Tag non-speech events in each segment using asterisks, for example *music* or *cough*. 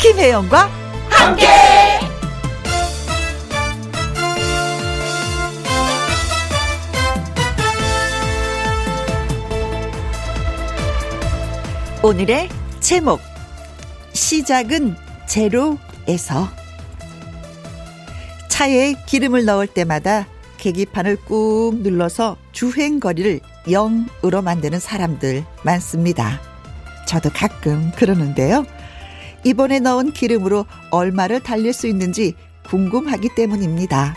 김혜영과 함께. 오늘의 제목 시작은 제로에서 차에 기름을 넣을 때마다 계기판을 꾹 눌러서 주행거리를 0으로 만드는 사람들 많습니다. 저도 가끔 그러는데요. 이번에 넣은 기름으로 얼마를 달릴 수 있는지 궁금하기 때문입니다.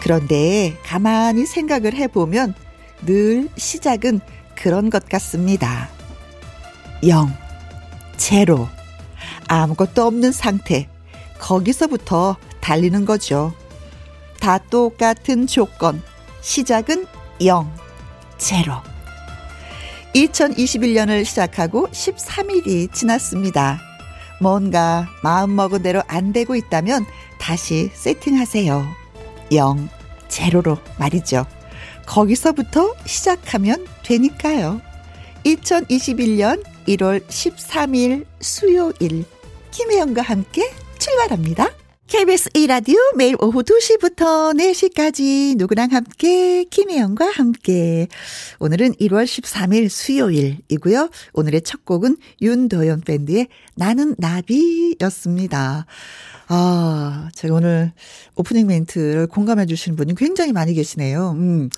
그런데 가만히 생각을 해보면 늘 시작은 그런 것 같습니다. 0, 제로, 아무것도 없는 상태. 거기서부터 달리는 거죠. 다 똑같은 조건. 시작은 0, 제로. 2021년을 시작하고 13일이 지났습니다. 뭔가 마음먹은 대로 안 되고 있다면 다시 세팅하세요. 0, 제로로 말이죠. 거기서부터 시작하면 되니까요. 2021년 1월 13일 수요일 김혜영과 함께 출발합니다. KBS 1라디오 매일 오후 2시부터 4시까지 누구랑 함께 김혜영과 함께 오늘은 1월 13일 수요일이고요. 오늘의 첫 곡은 윤도현 밴드의 나는 나비였습니다. 아, 제가 오늘 오프닝 멘트를 공감해 주시는 분이 굉장히 많이 계시네요. 음.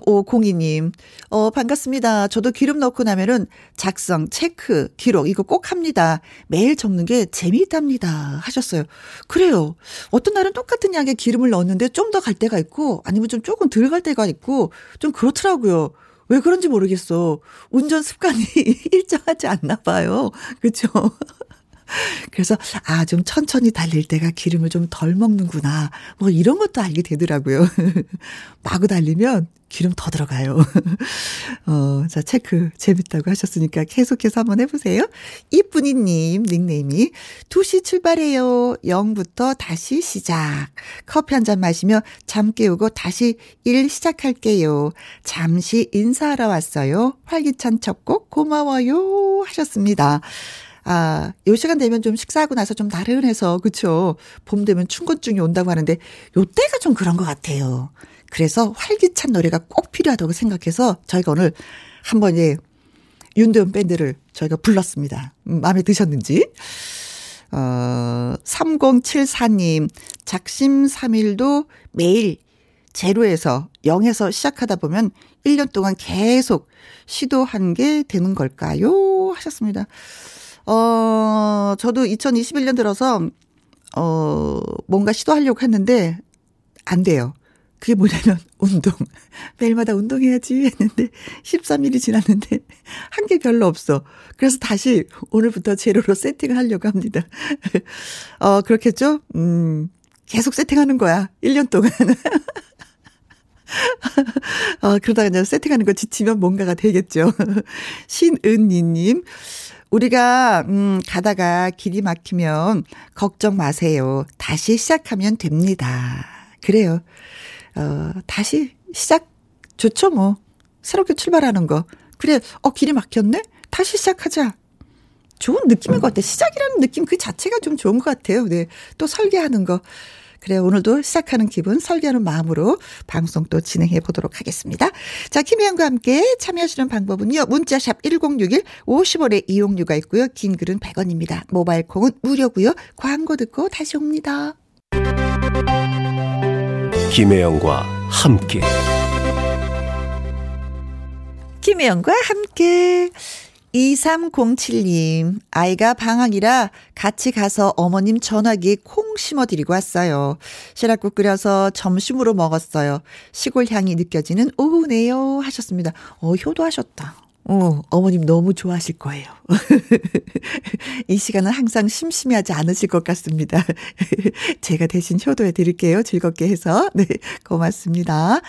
0502님, 어, 반갑습니다. 저도 기름 넣고 나면은 작성, 체크, 기록, 이거 꼭 합니다. 매일 적는 게 재미있답니다. 하셨어요. 그래요. 어떤 날은 똑같은 양의 기름을 넣었는데 좀 더 갈 때가 있고, 아니면 좀 조금 덜 갈 때가 있고, 좀 그렇더라고요. 왜 그런지 모르겠어. 운전 습관이 *laughs* 일정하지 않나 봐요. 그쵸? 그래서 아 좀 천천히 달릴 때가 기름을 좀 덜 먹는구나 뭐 이런 것도 알게 되더라고요. *laughs* 마구 달리면 기름 더 들어가요. *laughs* 어, 자 체크 재밌다고 하셨으니까 계속해서 한번 해보세요. 이쁜이님 닉네임이 2시 출발해요. 0부터 다시 시작. 커피 한 잔 마시며 잠 깨우고 다시 일 시작할게요. 잠시 인사하러 왔어요. 활기찬 첫 곡 고마워요 하셨습니다. 아, 요 시간 되면 좀 식사하고 나서 좀 나른해서, 그쵸. 봄 되면 충곤증이 온다고 하는데, 요 때가 좀 그런 것 같아요. 그래서 활기찬 노래가 꼭 필요하다고 생각해서 저희가 오늘 한번, 예, 윤도현 밴드를 저희가 불렀습니다. 음, 마음에 드셨는지. 어, 3074님, 작심 3일도 매일 제로에서 0에서 시작하다 보면 1년 동안 계속 시도한 게 되는 걸까요? 하셨습니다. 어, 저도 2021년 들어서, 어, 뭔가 시도하려고 했는데, 안 돼요. 그게 뭐냐면, *laughs* 운동. 매일마다 운동해야지 했는데, 13일이 지났는데, *laughs* 한 게 별로 없어. 그래서 다시 오늘부터 제로로 세팅을 하려고 합니다. *laughs* 어, 그렇겠죠? 음, 계속 세팅하는 거야. 1년 동안. 어, 그러다가 이제 세팅하는 거 지치면 뭔가가 되겠죠. *laughs* 신은이님. 우리가 음 가다가 길이 막히면 걱정 마세요. 다시 시작하면 됩니다. 그래요. 어 다시 시작 좋죠 뭐. 새롭게 출발하는 거. 그래. 어 길이 막혔네. 다시 시작하자. 좋은 느낌인 것 같아. 시작이라는 느낌 그 자체가 좀 좋은 것 같아요. 네. 또 설계하는 거. 그래요. 오늘도 시작하는 기분, 설계하는 마음으로 방송 또 진행해 보도록 하겠습니다. 자, 김혜영과 함께 참여하시는 방법은요. 문자샵 1061 50원의 이용료가 있고요. 긴 글은 100원입니다. 모바일 콩은 무료고요. 광고 듣고 다시 옵니다. 김혜영과 함께 김혜영과 함께 2307님, 아이가 방학이라 같이 가서 어머님 전화기에 콩 심어드리고 왔어요. 시라국 끓여서 점심으로 먹었어요. 시골 향이 느껴지는 오후네요. 하셨습니다. 어, 효도하셨다. 어, 어머님 너무 좋아하실 거예요. *laughs* 이 시간은 항상 심심해하지 않으실 것 같습니다. *laughs* 제가 대신 효도해 드릴게요. 즐겁게 해서. 네, 고맙습니다.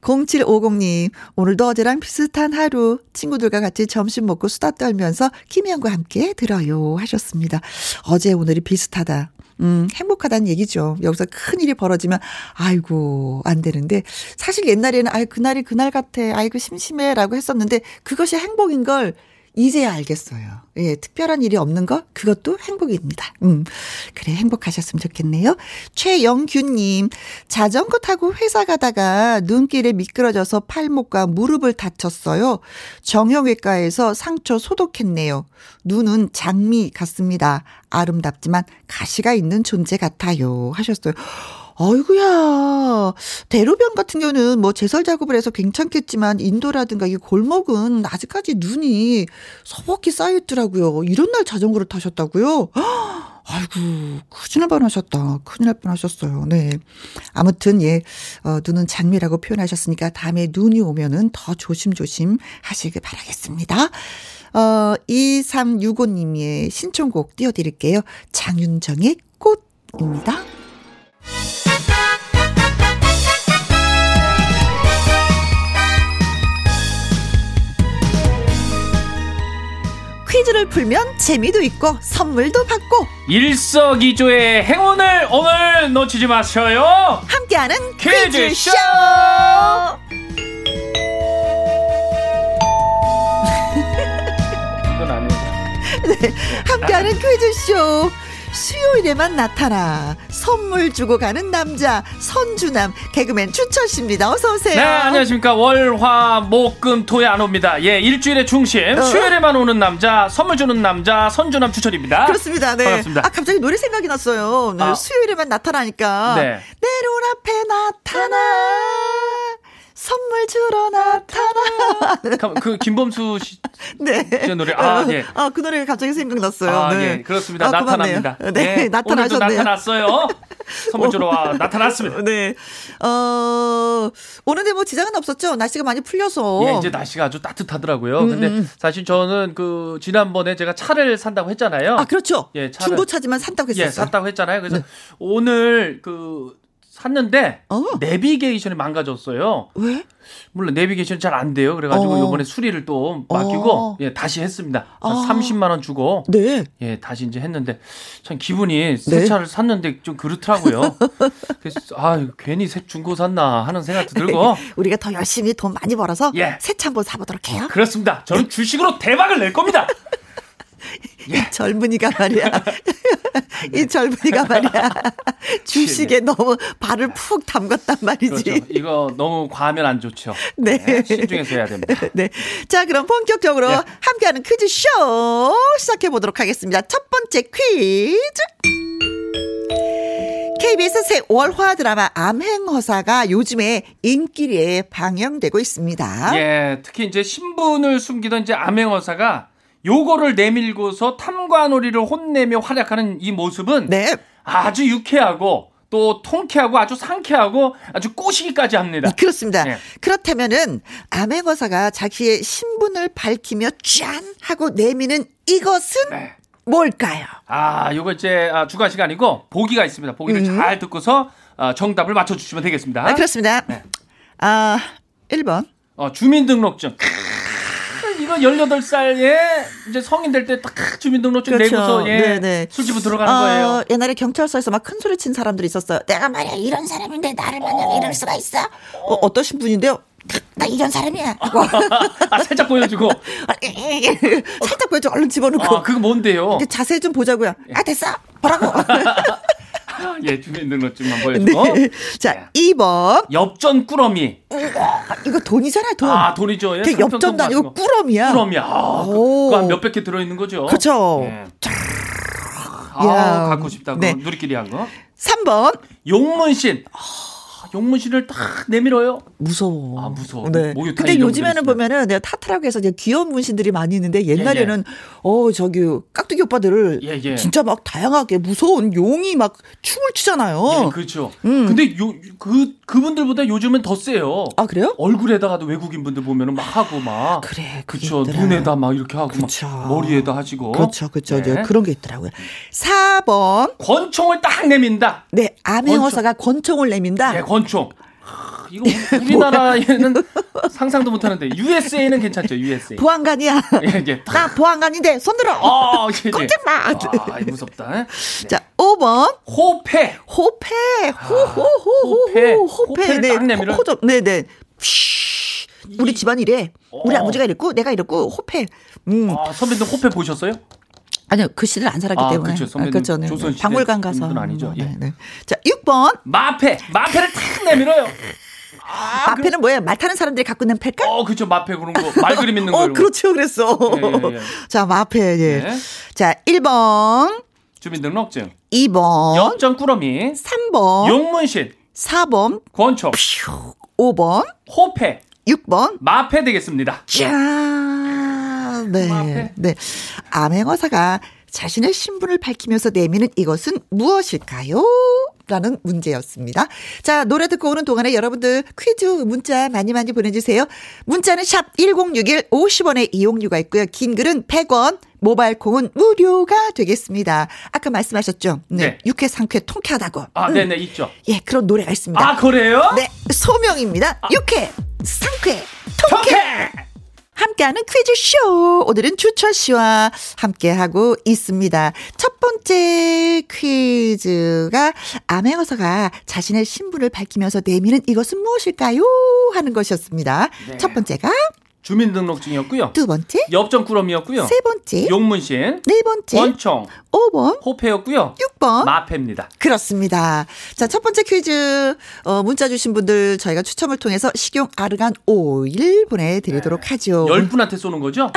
0750님, 오늘도 어제랑 비슷한 하루, 친구들과 같이 점심 먹고 수다 떨면서 김희영과 함께 들어요. 하셨습니다. 어제 오늘이 비슷하다. 음, 행복하다는 얘기죠. 여기서 큰 일이 벌어지면, 아이고, 안 되는데, 사실 옛날에는, 아이, 그날이 그날 같아. 아이고, 심심해. 라고 했었는데, 그것이 행복인 걸 이제야 알겠어요. 예, 특별한 일이 없는 것 그것도 행복입니다. 음, 그래 행복하셨으면 좋겠네요. 최영규님 자전거 타고 회사 가다가 눈길에 미끄러져서 팔목과 무릎을 다쳤어요. 정형외과에서 상처 소독했네요. 눈은 장미 같습니다. 아름답지만 가시가 있는 존재 같아요. 하셨어요. 아이구야. 대로변 같은 경우는 뭐 제설 작업을 해서 괜찮겠지만 인도라든가 이 골목은 아직까지 눈이 서먹히 쌓여있더라고요. 이런 날 자전거를 타셨다고요? *gasps* 아이고, 큰일 날 뻔하셨다. 큰일 날 뻔하셨어요. 네. 아무튼 예, 어, 눈은 장미라고 표현하셨으니까 다음에 눈이 오면은 더 조심조심 하시길 바라겠습니다. 어, 2365님의 신청곡 띄워드릴게요. 장윤정의 꽃입니다. 퀴즈를 풀면 재미도 있고 선물도 받고 일석이조의 행운을 오늘 놓치지 마셔요. 함께하는 퀴즈 퀴즈쇼! 쇼! 이건 아니에요. 함께하는 퀴즈쇼! 수요일에만 나타나 선물 주고 가는 남자 선주남 개그맨 추철씨입니다. 어서오세요. 네, 안녕하십니까. 월, 화, 목, 금, 토에 안 옵니다. 예, 일주일의 중심. 어. 수요일에만 오는 남자, 선물 주는 남자, 선주남 추천입니다. 그렇습니다. 네. 반갑습니다. 아 갑자기 노래 생각이 났어요. 네, 아. 수요일에만 나타나니까 네. 내 눈앞에 나타나 선물 주러 나타나. 그, 그 김범수 씨. 네. 제 노래. 아, 어, 예. 아, 그 노래가 갑자기 생각났어요. 아, 네. 예, 그렇습니다. 아, 고맙네요. 나타납니다. 네, 예, 오늘도 나타나셨네요. 나타났어요. 선물 주러 와, 나타났습니다. 네. 어, 오늘도 뭐 지장은 없었죠? 날씨가 많이 풀려서. 예, 이제 날씨가 아주 따뜻하더라고요. 음, 근데 사실 저는 그 지난번에 제가 차를 산다고 했잖아요. 아, 그렇죠. 예, 차를- 중고차지만 산다고 했었어요. 네. 예, 샀다고 했잖아요. 그래서 오늘 그 샀는데 어? 내비게이션이 망가졌어요. 왜? 물론 내비게이션 잘 안 돼요. 그래가지고 어. 요번에 수리를 또 맡기고 어. 예, 다시 했습니다. 한 아. 30만 원 주고 네. 예, 다시 이제 했는데 참 기분이 새 네. 차를 샀는데 좀 그렇더라고요. 그래서 아 괜히 새 중고 샀나 하는 생각도 들고 *laughs* 우리가 더 열심히 돈 많이 벌어서 예. 어, 새 차 한번 사보도록 해요. 그렇습니다. 저는 주식으로 대박을 낼 겁니다. 예. 이 젊은이가 *laughs* 말이야. *laughs* 이 젊은이가 말이야. 주식에 너무 발을 푹 담갔단 말이지. 네. 그렇죠. 이거 너무 과하면 안 좋죠. 네. 예, 신중해서 해야 됩니다. *laughs* 네. 자, 그럼 본격적으로 예. 함께하는 퀴즈쇼 시작해 보도록 하겠습니다. 첫 번째 퀴즈. KBS 새 월화 드라마 암행허사가 요즘에 인기리에 방영되고 있습니다. 예, 특히 이제 신분을 숨기던 이제 암행어사가 요거를 내밀고서 탐관오리를 혼내며 활약하는 이 모습은 네. 아주 유쾌하고 또 통쾌하고 아주 상쾌하고 아주 꼬시기까지 합니다. 그렇습니다. 예. 그렇다면은 암행어사가 자기의 신분을 밝히며 짠 하고 내미는 이것은 네. 뭘까요? 아, 요거 이제 아, 주관식 아니고 보기가 있습니다. 보기를 잘 듣고서 아, 정답을 맞춰주시면 되겠습니다. 음. 아, 그렇습니다. 네. 아, 1번. 어, 주민등록증. 크으, 이거 18살에 예? 이제 성인 될 때 딱 주민등록증 그렇죠. 내고서 예, 네네. 술집으로 들어가는 어, 거예요. 옛날에 경찰서에서 막 큰 소리 친 사람들이 있었어요. 내가 말이야 이런 사람인데 나를 만약에 이럴 수가 있어? 어, 어떠신 분인데요? 나 이런 사람이야. 하고 아, 살짝 *laughs* 보여주고. 그 예. 살짝 보여줘. 얼른 집어넣고. 아, 그거 뭔데요? 이렇게 자세히 좀 보자고요. 아 됐어. 보라고. 아, 예, 주민등록증만 보여주고. *laughs* 네. 자, 2번. 엽전 꾸러미. 이거 돈이잖아요, 돈. 아, 돈이죠. 예, 그게 삼성동 어. 엽전도 아니고 가지고. 꾸러미야. 꾸러미. 아, 그, 오. 그거 한 몇백 개 들어있는 거죠. 그렇죠. 예. 야. 아, 갖고 싶다. 네. 네. 누리끼리 한 거. 3번. 용문신. 아, 용문신을 딱 내밀어요. 무서워. 아, 무서워. 네. 목욕탕 근데 이런 요즘에는 분들 보면은 내가 타타라고 해서 이제 귀여운 문신들이 많이 있는데 옛날에는 어 저기 깍두기 오빠들을 예, 예. 진짜 막 다양하게 무서운 용이 막 춤을 추잖아요. 예, 그렇죠. 근데 요, 그, 그분들보다 요즘은 더 세요. 음. 아 그래요? 얼굴에다가도 외국인 분들 보면은 막 하고 막. 그래, 그게 그쵸. 있더라. 눈에다 막 이렇게 하고 그쵸. 막 머리에다 하시고. 그렇죠, 그렇죠. 예. 이제 그런 게 있더라고요. 4번 권총을 딱 내민다. 네 암행어사가 권총을 내민다. 예, 권총. 하, 이거 우리- 우리나라에는 상상도 못하는데 USA는 괜찮죠 USA. 뭐? 보안관이야. 예, 예. 탁. 나 보안관인데 손들어. 아, 예, 예. 깜짝 마. 아, 이거 무섭다. 예. 자, 5번 호패. 호패, 호호호호호, 아, 호패. 호패, 호패를 네, 딱 내밀어. 호접, 네, 네. 우리 집안 이래. 우리 아버지가 이랬고 내가 이랬고 호패. 음. 어. 아, 선배님 호패 보셨어요? 아니요. 그 시대를 안 살았기 아, 때문에. 그쵸. 선배님 그렇죠. 네. 조선시대 박물관 가서. 분은 아니죠. 예. 네, 네. 자, 6번. 마패, 마패를 탁 내밀어요. 아, 마패는 그 뭐예요? 말 타는 사람들이 갖고 있는 패까 어, 그렇죠. 마패 그런 거. 말 그림 있는 거. 어, 이런 거. 그렇죠. 그랬어. 예, 예, 예. *laughs* 자, 마패. 예. 네. 자, 1번, 주민등록증. 2번, 염전 꾸러미. 3번, 용문실. 4번, 권총. 5번, 호패. 6번. 마패 되겠습니다. 예. 짠! 네. 네. 그 마패. 네. 암행어사가 자신의 신분을 밝히면서 내미는 이것은 무엇일까요? 라는 문제였습니다. 자, 노래 듣고 오는 동안에 여러분들 퀴즈 문자 많이 많이 보내주세요. 문자는 샵 1061 50원의 이용료가 있고요. 긴 글은 100원, 모바일 콩은 무료가 되겠습니다. 아까 말씀하셨죠? 네. 네. 육회, 상쾌, 통쾌하다고. 아, 음. 네네, 있죠. 예, 그런 노래가 있습니다. 아, 그래요? 네, 소명입니다. 육회, 상쾌, 통쾌! 토케! 함께하는 퀴즈쇼. 오늘은 주철 씨와 함께하고 있습니다. 첫 번째 퀴즈가 암행어사가 자신의 신분을 밝히면서 내미는 이것은 무엇일까요? 하는 것이었습니다. 네. 첫 번째가, 주민등록증이었고요. 두 번째, 엽전 꾸러미였고요. 세 번째, 용문신. 네 번째, 권총. 오 번, 호패였고요. 육 번. 마패입니다. 그렇습니다. 자, 첫 번째 퀴즈, 어, 문자 주신 분들 저희가 추첨을 통해서 식용 아르간 오일 보내드리도록 하죠. 네. 열 분한테 쏘는 거죠?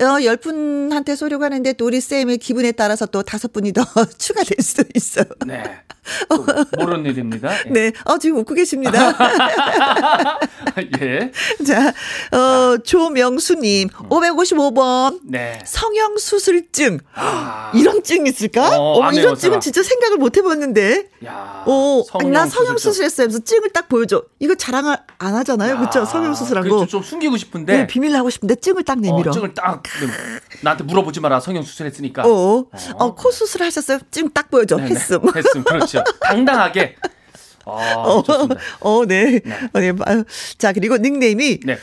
어, 열 분한테 소려고 하는데 또 우리 쌤의 기분에 따라서 또 다섯 분이 더 *laughs* 추가될 수도 있어요. *laughs* 네. 또 모르는 일입니다. 예. 어? 네, 어, 지금 웃고 계십니다. *laughs* *laughs* 예. 자, 어, 조명수님, 음. 555번, 네. 성형수술증. 아, 이런 증 있을까? 어, 어, 안 해요, 이런 제가. 증은 진짜 생각을 못 해봤는데. 야. 어, 아니, 나 성형수술증. 성형수술했어요. 하면서 증을 딱 보여줘. 이거 자랑을 안 하잖아요. 그쵸? 아, 성형수술한 그렇죠. 거. 좀 숨기고 싶은데. 네, 비밀로 하고 싶은데 증을 딱 네, 내밀어. 어, 증을 딱 내밀어. 나한테 물어보지 마라. 성형 수술했으니까. 어, 어. 어, 코 수술하셨어요? 증 딱 보여줘. 네, 네. 했음. 했음. 그렇죠. 당당하게. 어, 좋습니다. *laughs* 어, 네. 네. 어, 네. 아유, 자, 그리고 닉네임이 네.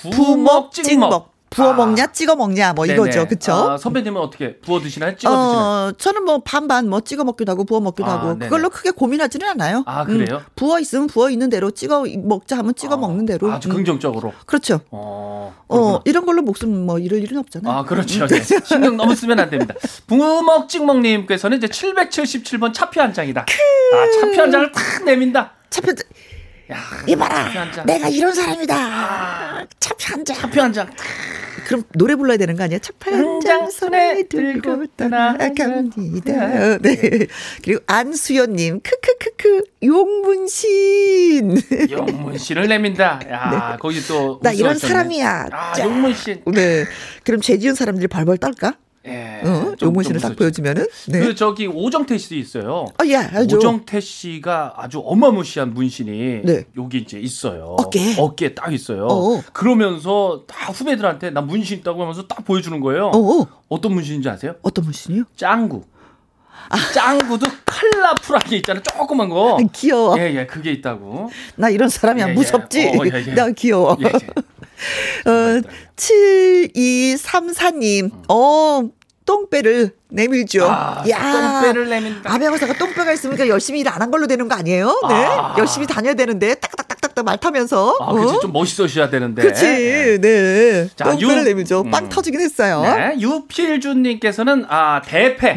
부먹 부먹 찍먹. 찍먹. 부어 먹냐, 아, 찍어 먹냐, 뭐 네네. 이거죠. 그쵸? 아, 선배님은 어떻게 부어 드시나요? 찍어 드시나요? 어, 저는 뭐 반반 뭐 찍어 먹기도 하고 부어 먹기도 아, 하고 네네. 그걸로 크게 고민하지는 않아요. 음, 아, 그래요? 부어 있으면 부어 있는 대로 찍어 먹자 하면 찍어 아, 먹는 대로. 아주 음, 긍정적으로. 그렇죠. 어. 그렇구나. 어, 이런 걸로 목숨 뭐 잃을 일은 없잖아요. 아, 그렇죠. *laughs* 네. 신경 너무 쓰면 안 됩니다. 부먹 찍먹님께서는 이제 777번 차표 한 장이다. 아, 차표 한 장을 탁 내민다. 차표 야, 차표 한 이봐라. 장. 내가 이런 사람이다. 차표 한 장. 차표 한 장. 그럼 노래 불러야 되는 거 아니야? 차표 한장 한장 손에 손에 들고 들고 떠나갑니다. 네. 그리고 안수연님, 크크크크, 용문신. 용문 씨를 내민다. 야, 거기 또. 네. 나 이런 웃어주셨네. 사람이야. 아, 자. 용문 씨. 네. 그럼 죄지은 사람들이 벌벌 떨까? 예. 어? 좀- 좀 용문신을 딱 웃어주- 보여주면은. 네. 그 저기 오정태 씨도 있어요. 어, 예, 알죠. 오정태 씨가 아주 어마무시한 문신이 네. 여기 이제 있어요. 어깨에? 어깨에 딱 있어요. 어어. 그러면서 다 후배들한테 나 문신 있다고 하면서 딱 보여주는 거예요. 어, 어. 어떤 문신인지 아세요? 어떤 문신이요? 짱구. 짱구도 컬러풀하게 있잖아. 조그만 거. 아, 귀여워. 어. 예, 예, 그게 있다고. 나 이런 사람이야. 예, 예. 무섭지? 어, 예, *laughs* 예. 나 귀여워. 예, 예. 어, 7234님, 어, 똥배를 내밀죠. 아, 똥배를 내민다. 아베호사가 똥배가 있으니까 열심히 일 안 한 걸로 되는 거 아니에요? 네. 아. 열심히 다녀야 되는데, 딱딱딱딱딱 말 타면서. 아, 그치. 어? 좀 멋있어셔야 되는데. 그치. 네. 자, 똥배를 유- 내밀죠. 빵 음. 터지긴 했어요. 네, 유필준님께서는 아 대패,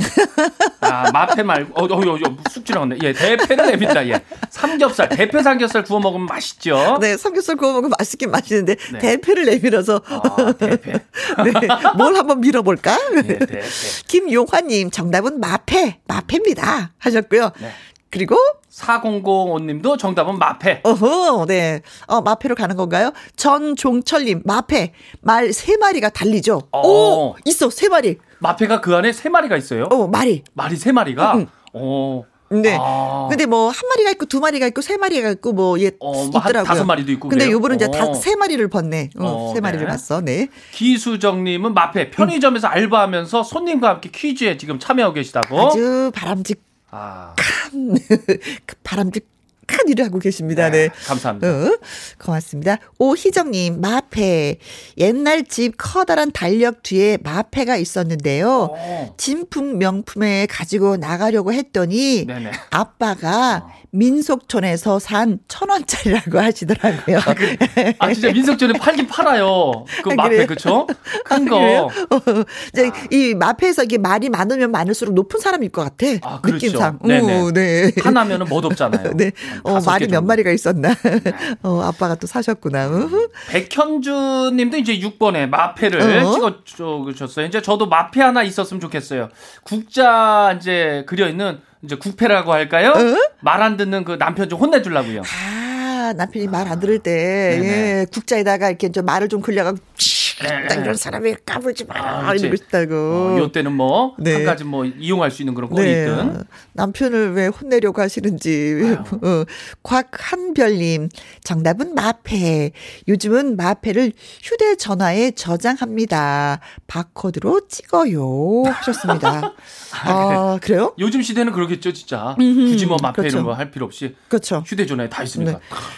아 마패 말고 어, 어, 어, 어 숙지 나왔네. 예, 대패를 내민다. 예, 삼겹살, 대패 삼겹살 구워 먹으면 맛있죠. 네, 삼겹살 구워 먹으면 맛있긴 맛있는데, 네. 대패를 내밀어서, 아, 대패. *laughs* 네, 뭘 한번 밀어볼까? 예, 대패. *laughs* 김용화님, 정답은 마패, 마패입니다. 하셨고요. 네. 그리고 4005님도 정답은 마패. 어허, 네. 어, 마패로 가는 건가요? 전종철님, 마패. 말 세 마리가 달리죠? 어. 오, 있어, 세 마리. 마패가 그 안에 세 마리가 있어요. 어, 말이. 말이 세 마리가. 응. 어. 네. 아. 근데 뭐, 한 마리가 있고, 두 마리가 있고, 세 마리가 있고, 뭐, 예, 어, 뭐한 있더라고요. 다섯 마리도 있고 근데 그래요? 요번은 이제 어. 다, 세 마리를 봤네. 어, 어, 세 마리를 네. 봤어, 네. 기수정님은 마패 편의점에서 알바하면서 손님과 함께 퀴즈에 어? 지금 참여하고 계시다고. 아주 바람직, 아, *laughs* 바람직, 착한 일을 하고 계십니다. 네. 감사합니다. 어, 고맙습니다. 오희정님, 마패. 옛날 집 커다란 달력 뒤에 마패가 있었는데요. 어. 진품 명품에 가지고 나가려고 했더니 네네. 아빠가 민속촌에서 산 천원짜리라고 *laughs* 하시더라고요. 아 진짜 민속촌에 팔긴 팔아요. 그 아, 마페 그래요? 아, 그쵸? 큰 그래요? 거. *laughs* 어, 이제 아. 이 마패에서 이게 말이 많으면 많을수록 높은 사람일 것 같아. 아, 그렇죠. 느낌상. 네네. 오, 네. 하나면은 멋없잖아요. 네. 어, 다섯 말이 개 몇 정도. 네. 음. 마리가 있었나. *laughs* 어, 아빠가 또 사셨구나. 우후. 백현주님도 이제 6번에 마패를 어? 찍어주셨어요. 이제 저도 마패 하나 있었으면 좋겠어요. 국자 이제 그려 있는 이제 국패라고 할까요? 어? 말 안 듣는 그 남편 좀 혼내주려고요. 아, 남편이 말 안 들을 때, 네네. 예, 국자에다가 이렇게 좀 말을 좀 굴려가고, 네. 딱 이런 사람이 까불지 마. 그렇지. 이러고 싶다고. 어, 요 때는 뭐 네. 한 가지 뭐 이용할 수 있는 그런 꼴이 있든 남편을 왜 혼내려고 하시는지. 어, 곽한별님, 정답은 마패. 요즘은 마패를 휴대전화에 저장합니다. 바코드로 찍어요. *laughs* 하셨습니다. 아, 그래요? 요즘 시대는 그러겠죠, 진짜. 굳이 뭐 마패 그렇죠. 이런 거 할 필요 없이 그렇죠. 휴대전화에 다 있으니까. 네.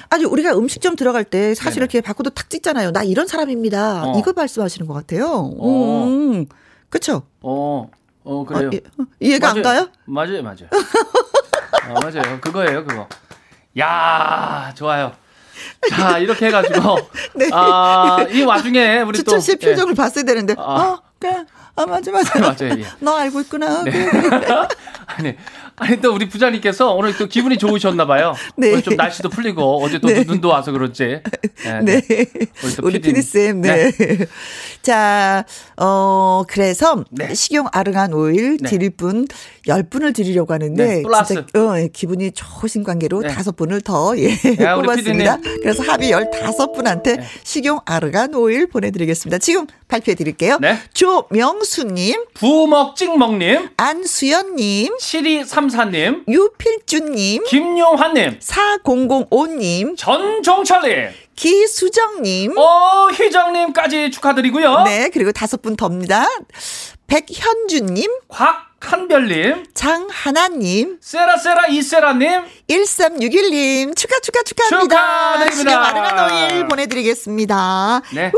아니, 우리가 음식점 들어갈 때 사실 이렇게 바코드 탁 찍잖아요. 나 이런 사람입니다. 어. 이거 말씀하시는 것 같아요. 어. 음, 그쵸? 어, 어 그래요. 이- 이해가 안 맞아요. 가요? 맞아요, 맞아요. 아, 맞아요. 그거예요, 그거. 야, 좋아요. 자, 이렇게 해가지고 *laughs* 네. 아, 이 와중에 우리 또 추천 씨의 예. 표정을 봤어야 되는데, 아. 어, 그래. 아, 맞아, 맞아. *laughs* 맞아요. 예. *laughs* 너 알고 있구나. 그래, 아니, 아니 또 우리 부자님께서 오늘 또 기분이 좋으셨나 봐요. 네. 오늘 좀 날씨도 풀리고 어제 또 네. 눈도 와서 그런지. 예, 네. 우리 또 우리 PD 님. 피디쌤, 네. *laughs* 자, 어, 그래서 식용 아르간 오일 네. 드릴 분 10분을 드리려고 하는데, 네, 플러스. 진짜, 어, 예, 기분이 좋으신 관계로 네. 다섯 분을 더, 예, 야, 우리 네. 뽑았습니다. 그래서 합이 15분한테 식용 아르간 오일 보내드리겠습니다. 지금 발표해 드릴게요. 네. 조명수님, 부먹 찍먹님, 안수연님, 7234님, 유필주님, 김용환님, 4005님, 전종철님, 어, 기수정님, 오희정님까지 축하드리고요. 음. 네, 그리고 다섯 분 더입니다. 백현주님, 곽한별님, 장하나님, 세라세라 이세라님, 1361님, 축하, 축하, 축하합니다. 축하드립니다. 시간 마르간 오일 보내드리겠습니다. 네.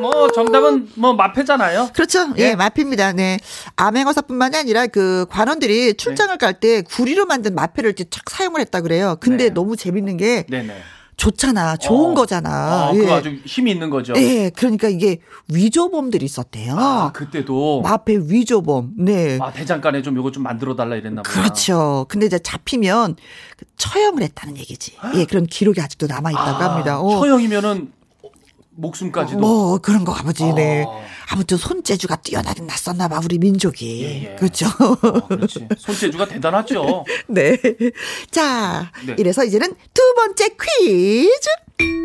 뭐 정답은 뭐 마패잖아요. 그렇죠. 예, 예. 마패입니다. 네. 암행어사뿐만이 아니라 그 관원들이 네. 출장을 갈 때 구리로 만든 마패를 이렇게 착 사용을 했다 그래요. 근데 네. 너무 재밌는 게 네네. 좋잖아. 좋은 어. 거잖아. 아, 예. 그거 아주 힘이 있는 거죠. 예, 그러니까 이게 위조범들이 있었대요. 아, 그때도 마패 위조범. 네. 아, 대장간에 좀 요거 좀 만들어 달라 이랬나 보다. 그렇죠. 근데 이제 잡히면 그 처형을 했다는 얘기지. 예, 그런 기록이 아직도 남아 있다고 아, 합니다. 어. 처형이면은 목숨까지도 뭐 그런 거 아버지 네. 아. 아무튼 손재주가 뛰어나긴 났었나 봐 우리 민족이. 예, 예. 그렇죠. *laughs* 어, 그렇지. 손재주가 대단하죠. 네. 자, 네. 이래서 이제는 두 번째 퀴즈.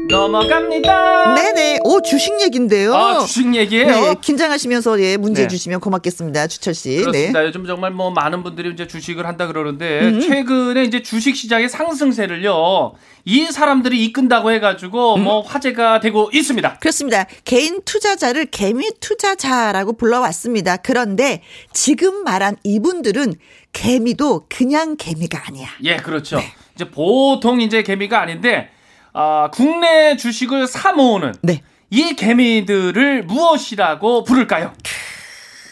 넘어갑니다. 네, 네. 오, 주식 얘긴데요. 아, 주식 얘기예요. 네, 긴장하시면서 예, 문제 네. 주시면 고맙겠습니다. 주철 씨. 그렇습니다. 네. 요즘 정말 뭐 많은 분들이 이제 주식을 한다 그러는데 음. 최근에 이제 주식 시장의 상승세를요 이 사람들이 이끈다고 해가지고 음. 뭐 화제가 되고 있습니다. 그렇습니다. 개인 투자자를 개미 투자자라고 불러왔습니다. 그런데 지금 말한 이분들은 개미도 그냥 개미가 아니야. 예, 그렇죠. 네. 이제 보통 이제 개미가 아닌데 아, 국내 주식을 사 모으는 네. 이 개미들을 무엇이라고 부를까요?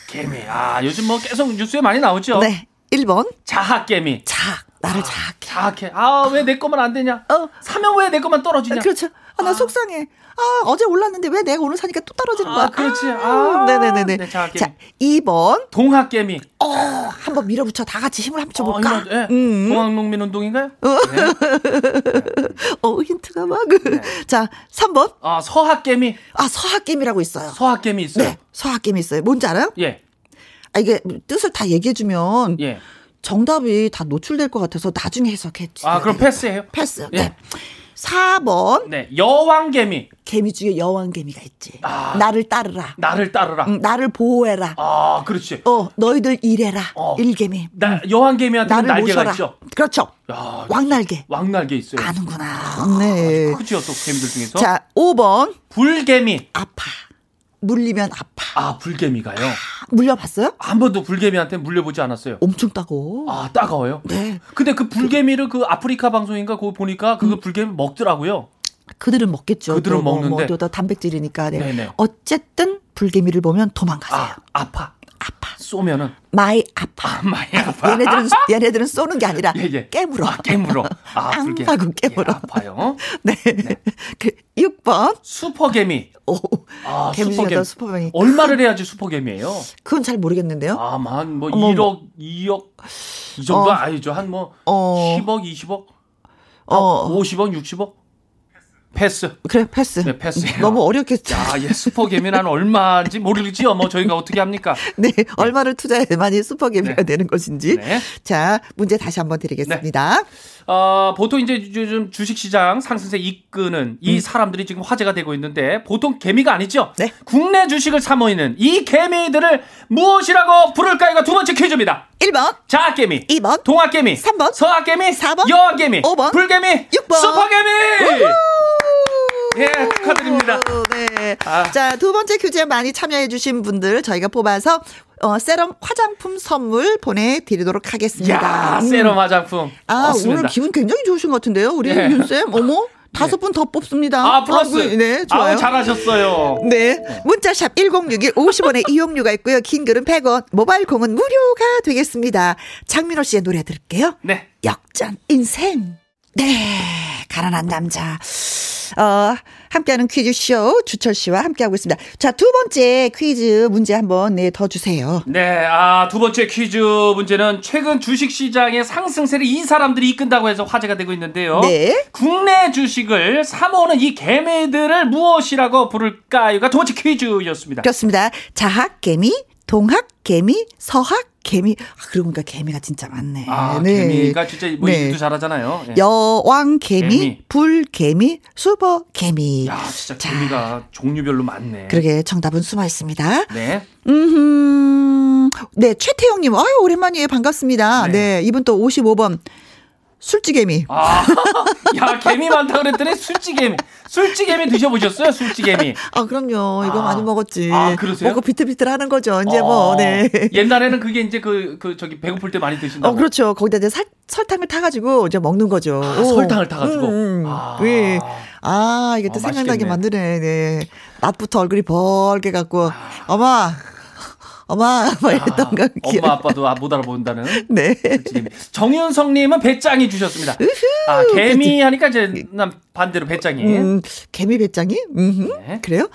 개미. 아, 요즘 뭐 계속 뉴스에 많이 나오죠. 네. 1번. 자학개미. 자, 나를 자악해. 자학해. 아, 왜 내 것만 안 되냐? 어. 사면 왜 내 것만 떨어지냐? 그렇죠. 아, 나 속상해. 아, 어제 올랐는데 왜 내가 오늘 사니까 또 떨어지는 아, 거야? 그렇지. 아, 네네네네. 네, 자, 자악해. 2번. 동학개미. 어, 한번 밀어붙여. 다 같이 힘을 합쳐볼까? 이런, 예. 음. 동학농민 운동인가요? 어, 힌트가 막. 네. *laughs* 자, 3번. 아, 서학개미. 아, 서학김이라고 있어요. 서학개미 있어요. 네. 서학김이 있어요. 뭔지 알아요? 예. 아, 이게 뜻을 다 얘기해주면 예. 정답이 다 노출될 것 같아서 나중에 해석해 주세요. 아, 그럼 패스해요. 네. 패스. 예. 네. 4번. 네. 여왕개미. 개미 중에 여왕개미가 있지. 아. 나를 따르라. 나를 따르라. 응, 나를 보호해라. 아, 그렇지. 어, 너희들 일해라. 어. 일개미. 나, 여왕개미한테 나를 는 날개가 모셔라. 있죠. 아, 그렇죠. 야, 왕날개. 왕날개 있어요. 아는구나. 네. 크지요, 또 개미들 중에서. 자, 5번. 불개미. 아파. 물리면 아파. 아 불개미가요. 물려봤어요? 한 번도 불개미한테 물려보지 않았어요. 엄청 따고. 아 따가워요. 네. 근데 그 불개미를 그 아프리카 방송인가 그거 보니까 음. 그거 불개미 먹더라고요. 그들은 먹겠죠. 그들은 또 뭐, 먹는데. 뭐, 또, 또 단백질이니까. 네. 네네. 어쨌든 불개미를 보면 도망가세요. 아 아파. 아파. 쏘면은 마이 아파. 아 많이 *laughs* 아파. 얘네들은 얘네들은 쏘는 게 아니라 예, 예. 깨물어. 아, 깨물어. 아, 앙 불개미. 하고 깨물어. 예, 아파요. *laughs* 네. 그 6번. 슈퍼개미. 오. 아, 개미지가 슈퍼개미. 슈퍼맨이. 얼마를 해야지 슈퍼개미예요? 그건 잘 모르겠는데요. 아, 만뭐 어머, 1억, 2억 이 정도 어. 아니죠. 한 뭐 어. 10억, 20억, 어. 50억, 60억. 패스. 그래 패스. 네, 패스예요. 너무 어렵겠죠. 아, 예, 슈퍼개미는 얼마인지 모르지요. 뭐 저희가 어떻게 합니까? 네, 얼마를 투자해야만이 슈퍼개미가 네. 되는 것인지. 네. 자, 문제 다시 한번 드리겠습니다. 어, 보통 이제 요즘 주식시장 상승세 이끄는 이 사람들이 지금 화제가 되고 있는데 보통 개미가 아니죠. 음. 네. 국내 주식을 사모이는 이 개미들을 무엇이라고 부를까요가 두 번째 퀴즈입니다. 1번, 자개미, 2번. 동학개미, 삼 번, 서학개미, 사 번, 여개미, 오 번, 불개미, 육 번. 슈퍼개미. 예, 축하드립니다. 오, 네. 아. 자, 두 번째 퀴즈에 많이 참여해주신 분들 저희가 뽑아서 어, 세럼 화장품 선물 보내드리도록 하겠습니다. 야, 음. 세럼 화장품. 아, 좋습니다. 오늘 기분 굉장히 좋으신 것 같은데요. 우리 예. 윤쌤, 어머, 다섯 분 더 뽑습니다. 네. 아, 플러스. 아, 네, 좋아요. 아우, 잘하셨어요. 네. 문자샵 1061 50원의 이용료가 있고요. 긴 글은 100원, 모바일 공은 무료가 되겠습니다. 장민호 씨의 노래 들을게요. 네. 역전 인생. 네. 가난한 남자. 어, 함께하는 퀴즈쇼 주철 씨와 함께하고 있습니다. 자, 두 번째 퀴즈 문제 한번 네, 더 주세요. 네, 아, 두 번째 퀴즈 문제는 최근 주식 시장의 상승세를 이 사람들이 이끈다고 해서 화제가 되고 있는데요. 네. 국내 주식을 사모는 이 개미들을 무엇이라고 부를까요?가 두 번째 퀴즈였습니다. 그렇습니다. 자학개미, 동학개미, 서학개미. 아, 그러고 보니까 개미가 진짜 많네. 아, 네. 개미가 진짜 뭐 네. 일도 잘하잖아요. 예. 여왕개미, 개미. 불개미, 수버개미. 야, 진짜 자. 개미가 종류별로 많네. 그러게 정답은 숨어 있습니다. 네. 음, 네 최태영님, 아유 오랜만이에요 반갑습니다. 네, 네. 이분 또 55번 술찌개미. 아, 야, 개미 많다 그랬더니 술찌개미. 술찌개미 드셔보셨어요? 술찌개미. 아 그럼요, 이거 아. 많이 먹었지. 아, 그러세요? 먹고 비틀비틀하는 거죠. 이제 어, 뭐, 네. 옛날에는 그게 이제 그, 그, 저기, 배고플 때 많이 어 드신다고. 그렇죠. 거기다 이제 살, 설탕을 타가지고 이제 먹는 거죠. 아, 오. 설탕을 타가지고. 음, 음. 아. 네. 아 이게 또 어, 생각나게 맛있겠네. 만드네. 네. 낮부터 얼굴이 벌게 갖고 엄마, 엄마 *laughs* 뭐 아, 이랬던 거 기억. 엄마 아빠도 아, 못 알아본다는 *laughs* 네. 솔직히. 정윤성님은 배짱이 주셨습니다. 아 개미 하니까 이제 난 반대로 배짱이. 음, 개미 배짱이? 음흠. 네. 그래요?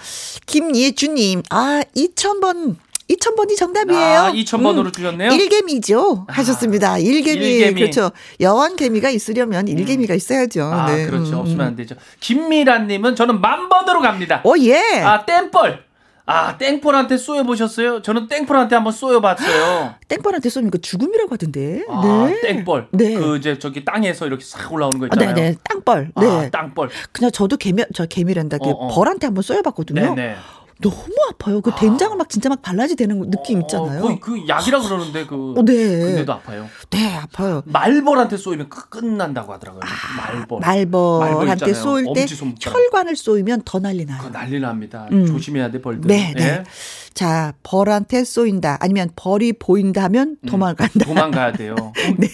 김예주님, 아, 2,000번, 2,000번이 정답이에요. 음. 아 2,000번으로 주셨네요. 아, 일개미죠. 하셨습니다. 일개미. 일개미. 음. 그렇죠. 여왕개미가 있으려면 일개미가 있어야죠. 아 네. 그렇죠. 음, 없으면 안 되죠. 김미란님은 저는 만 번으로 갑니다. 음. 어, 예. 아 땡벌. 아 땡벌한테 쏘여 보셨어요? 저는 땡벌한테 한번 쏘여 봤어요. 땡벌한테 쏘면 그 죽음이라고 하던데. 아 네. 땡벌. 네. 그 이제 저기 땅에서 이렇게 싹 올라오는 거 아, 있잖아요. 네네. 땅벌. 네. 아 땅벌. 그냥 저도 개미, 저 개미란다. 그 어, 어. 벌한테 한번 쏘여봤거든요. 어, 네네. 너무 아파요. 그 된장을 막 진짜 막 발라지 되는 느낌 있잖아요. 어, 거의 그 약이라 그러는데 그. 어, 네. 근데도 아파요. 네, 아파요. 말벌한테 쏘이면 끝- 끝난다고 하더라고요. 말벌. 어, 말벌 말벌한테 있잖아요. 아, 쏘일 때 엄지 손가락. 혈관을 쏘이면 더 난리 그거 나요. 난리 납니다. 음. 조심해야 돼 벌들. 네, 예. 네. 자, 벌한테 쏘인다. 아니면 벌이 보인다면 음. 도망간다. 도망가야 돼요. 음, *laughs* 네.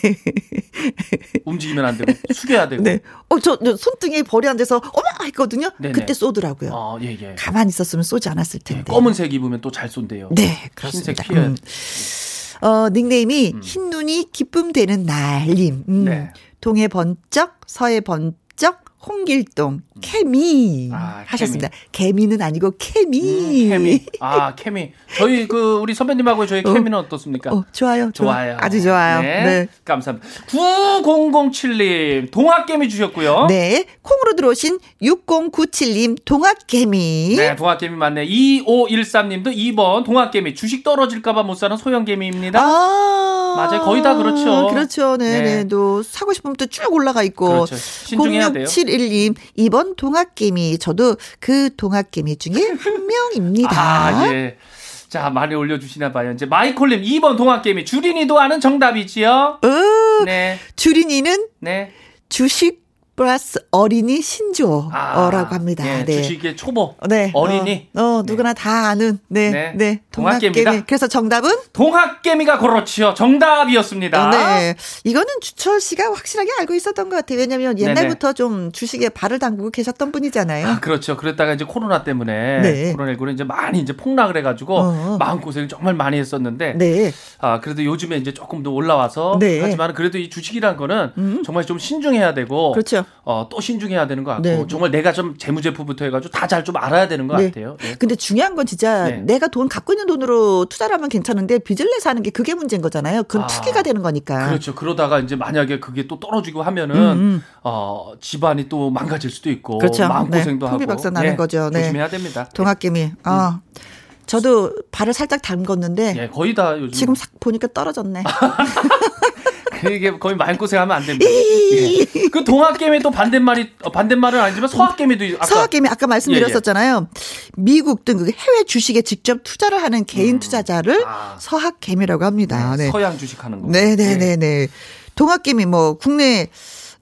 움직이면 안 되고 숙여야 되고. 네. 어, 저, 저 손등에 벌이 안 돼서 어마! 했거든요. 네네. 그때 쏘더라고요. 어, 예, 예. 가만히 있었으면 쏘지 않았을 예, 텐데. 검은색 입으면 또 잘 쏜대요. 네, 그렇습니다. 흰색 피해. 음. 어, 닉네임이 흰눈이 기쁨 되는 날님. 음. 음. 네. 동해 번쩍, 서해 번쩍, 홍길동, 케미. 음. 아, 케미. 하셨습니다. 개미. 는 아니고 케미. 음, 케미. 아, 케미. 저희 그 우리 선배님하고 저희 케미는 어떻습니까? 어, 좋아요, 좋아요. 좋아요. 아주 좋아요. 네. 네. 감사합니다. 9007님, 동학개미 주셨고요. 네. 콩으로 들어오신 6097님 동학개미. 네, 동학개미 맞네. 2513님도 2번 동학개미. 주식 떨어질까봐 못 사는 소형개미입니다. 아. 맞아요. 거의 다 그렇죠. 그렇죠. 네, 네. 네. 또 사고 싶으면 또 쭉 올라가 있고. 그렇죠. 신중해야 돼요. 0671님, 이번 동학개미. 저도 그 동학개미 중에 *laughs* 한 명입니다. 아, 예. 자, 많이 올려주시나 봐요. 이제 마이콜님 2번 동학개미. 주린이도 아는 정답이지요? 어, 네, 주린이는 네. 주식 플러스 어린이 신조어라고 아, 합니다. 예, 네. 주식의 초보. 네. 어린이. 어, 어, 누구나 다 아는. 네. 네. 네. 동학개미다. 동학개미. 그래서 정답은? 동학개미가 그렇지요. 정답이었습니다. 네. 이거는 주철 씨가 확실하게 알고 있었던 것 같아요. 왜냐면 옛날부터 좀 주식에 발을 담그고 계셨던 분이잖아요. 네, 아, 그렇죠. 그랬다가 이제 코로나 때문에 네. 코로나19로 이제 많이 이제 폭락을 해가지고 어. 마음 고생을 정말 많이 했었는데 네. 아 그래도 요즘에 이제 조금 더 올라와서 네. 음. 하지만 그래도 이 주식이란 거는 정말 좀 신중해야 되고 그렇죠. 어, 또 신중해야 되는 것 같고 네. 정말 내가 좀 재무제표부터 해가지고 다 잘 좀 알아야 되는 것 네. 같아요. 예. 근데 중요한 건 진짜 네. 내가 돈 갖고 있는 돈으로 투자를 하면 괜찮은데 빚을 내서 하는 게 그게 문제인 거잖아요. 그건 아, 투기가 되는 거니까. 음, 그렇죠. 그러다가 이제 만약에 그게 또 떨어지고 하면은 어, 집안이 또 망가질 수도 있고 그렇죠. 마음 고생도 네. 하고 풍비박산 나는 예. 거죠. 네. 조심해야 됩니다. 동학개미. 아. 저도 발을 살짝 담궜는데 음. 예, 거의 다 요즘 네. 지금 싹 보니까 떨어졌네. *laughs* 그게 거의 마음고생하면 안 됩니다. 예. 그 동학개미 또 반대말이 어, 반대말은 아니지만 서학개미도 아까 서학개미 아까 예, 말씀드렸었잖아요. 미국 등 그 해외 주식에 직접 투자를 하는 개인 투자자를 음. 아. 서학개미라고 합니다. 네. 서양 주식하는 거. 네네네네. 동학개미 뭐 국내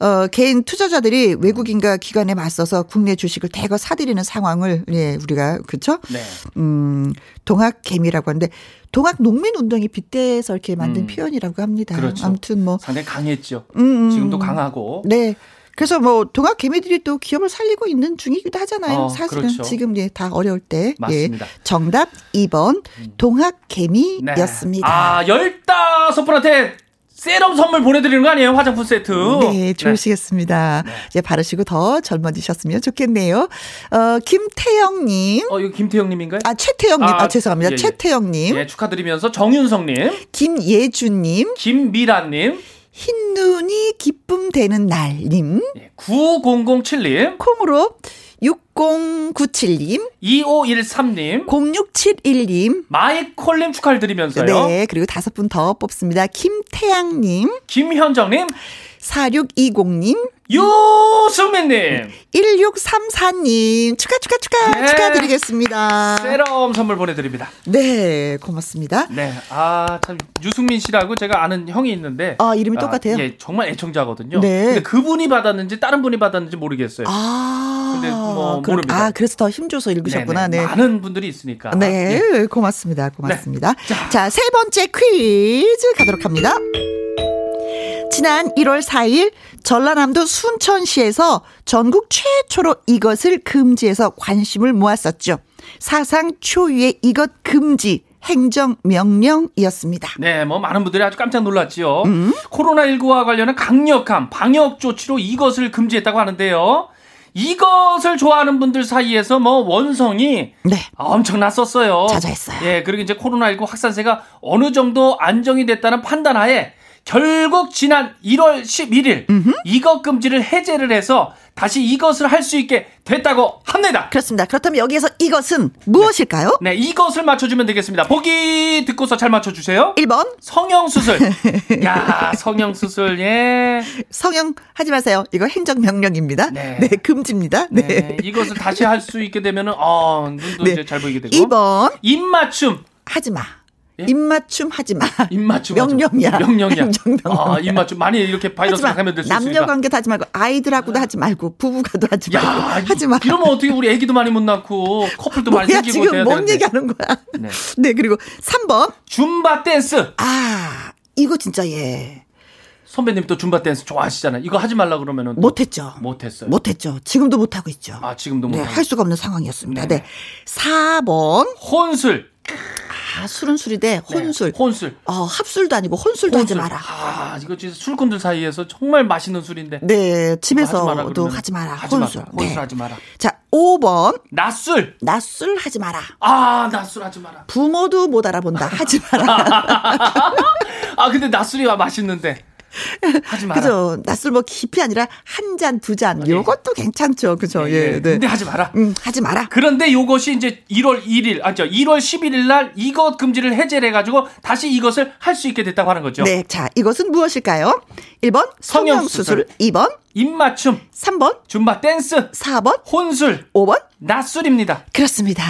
어, 개인 투자자들이 외국인과 기관에 맞서서 국내 주식을 대거 사들이는 상황을 예 우리가 그렇죠? 네. 음 동학개미라고 하는데 동학 농민 운동이 빗대서 이렇게 만든 음. 표현이라고 합니다. 그렇죠. 아무튼 뭐 상당히 강했죠. 음, 음, 음. 지금도 강하고. 네. 그래서 뭐 동학 개미들이 또 기업을 살리고 있는 중이기도 하잖아요. 어, 사실은 그렇죠. 지금 예, 다 어려울 때. 맞습니다. 음. 예. 정답 2번 동학 개미였습니다. 네. 아, 15분한테 세럼 선물 보내드리는 거 아니에요? 화장품 세트. 네, 좋으시겠습니다. 네. 이제 바르시고 더 젊어지셨으면 좋겠네요. 어, 김태영님, 어, 이거 김태형님인가요? 아 최태영님, 아, 아, 죄송합니다. 예, 예. 최태영님, 예, 축하드리면서 정윤성님, 김예준님, 김미란님, 흰 눈이 기쁨 되는 날님, 예, 9007님, 콩으로 6097님, 2513님, 0671님. 마이콜님 축하드리면서요. 네, 그리고 다섯 분 더 뽑습니다. 김태양님, 김현정님, 4620님, 유수민님, 1634님, 축하, 축하, 축하, 네. 축하드리겠습니다. 세럼 선물 보내드립니다. 네, 고맙습니다. 네, 아, 참, 유승민 씨라고 제가 아는 형이 있는데. 아, 이름이 똑같아요? 예, 정말 애청자거든요. 네. 근데 그분이 받았는지 다른 분이 받았는지 모르겠어요. 아, 근데 뭐 그럼- 모릅니다. 아, 그래서 더 힘줘서 읽으셨구나. 네. 많은 분들이 있으니까. 네, 예. 고맙습니다. 고맙습니다. 자, 세 번째 퀴즈 가도록 합니다. 지난 1월 4일 전라남도 순천시에서 전국 최초로 이것을 금지해서 관심을 모았었죠. 사상 초유의 이것 금지 행정 명령이었습니다. 네, 뭐 많은 분들이 아주 깜짝 놀랐지요. 음. 코로나19와 관련한 강력한 방역 조치로 이것을 금지했다고 하는데요. 이것을 좋아하는 분들 사이에서 뭐 원성이 네. 엄청났었어요. 자자했어요. 예, 그리고 이제 코로나19 확산세가 어느 정도 안정이 됐다는 판단하에 결국 지난 1월 11일 이것 금지를 해제를 해서 다시 이것을 할 수 있게 됐다고 합니다. 그렇습니다. 그렇다면 여기에서 이것은 무엇일까요? 네, 이것을 맞춰주면 되겠습니다. 보기 듣고서 잘 맞춰주세요. 1번 *laughs* 성형수술. 야, 성형수술, 예. 성형 하지 마세요. 이거 행정 명령입니다. 네. 네, 금지입니다. 네. 네. 이것을 다시 할 수 있게 되면은, 어, 눈도 네. 이제 잘 보이게 되고. 2번 입맞춤. 하지 마. 예? 입맞춤 하지 마. 입맞춤. 명령이야. 명령이야. *laughs* 행정명령. 아, 입맞춤. 많이 이렇게 하지 바이러스 마. 가면 될 수 남녀 있으니까. 관계도 하지 말고 아이들하고도 하지 말고 부부가도 하지 야, 말고 *laughs* 하지 마. 이러면 어떻게 우리 애기도 많이 못 낳고, 커플도 많이 뭐야 생기고 지금 돼야 뭔 되는데. 얘기하는 거야? 네. 네. 그리고 3번 줌바 댄스. 아 이거 진짜 예 선배님 또 줌바 댄스 좋아하시잖아요. 이거 하지 말라 그러면은. 또 못했죠. 못했어요. 못했죠. 지금도 못하고 있죠. 아, 지금도 네, 못하고. 할 수가 없는 상황이었습니다. 네. 네. 4번 혼술. 아 술은 술이대 네, 혼술. 혼술. 어 합술도 아니고 혼술도 하지 마라. 아, 이거 진짜 술꾼들 사이에서 정말 맛있는 술인데. 네 집에서도 하지 마라, 그러면. 하지 마라. 하지 혼술. 마라. 혼술 네. 하지 마라. 자 5번 낮술. 낮술 하지 마라. 아, 낮술 하지 마라. 부모도 못 *laughs* 알아본다. 하지 마라. 아, 근데 낮술이 와 맛있는데. 하지 마라. 그죠. 낮술 뭐 깊이 아니라 한 잔, 두 잔. 요것도 괜찮죠. 그죠. 예, 예, 예. 네. 근데 하지 마라. 음, 하지 마라. 그런데 요것이 이제 1월 1일, 아죠 1월 11일 날 이것 금지를 해제를 해가지고 다시 이것을 할 수 있게 됐다고 하는 거죠. 네. 자, 이것은 무엇일까요? 1번 성형수술. 성형수술, 2번, 입맞춤, 3번, 줌바 댄스, 4번, 혼술, 5번. 낮술입니다. 그렇습니다.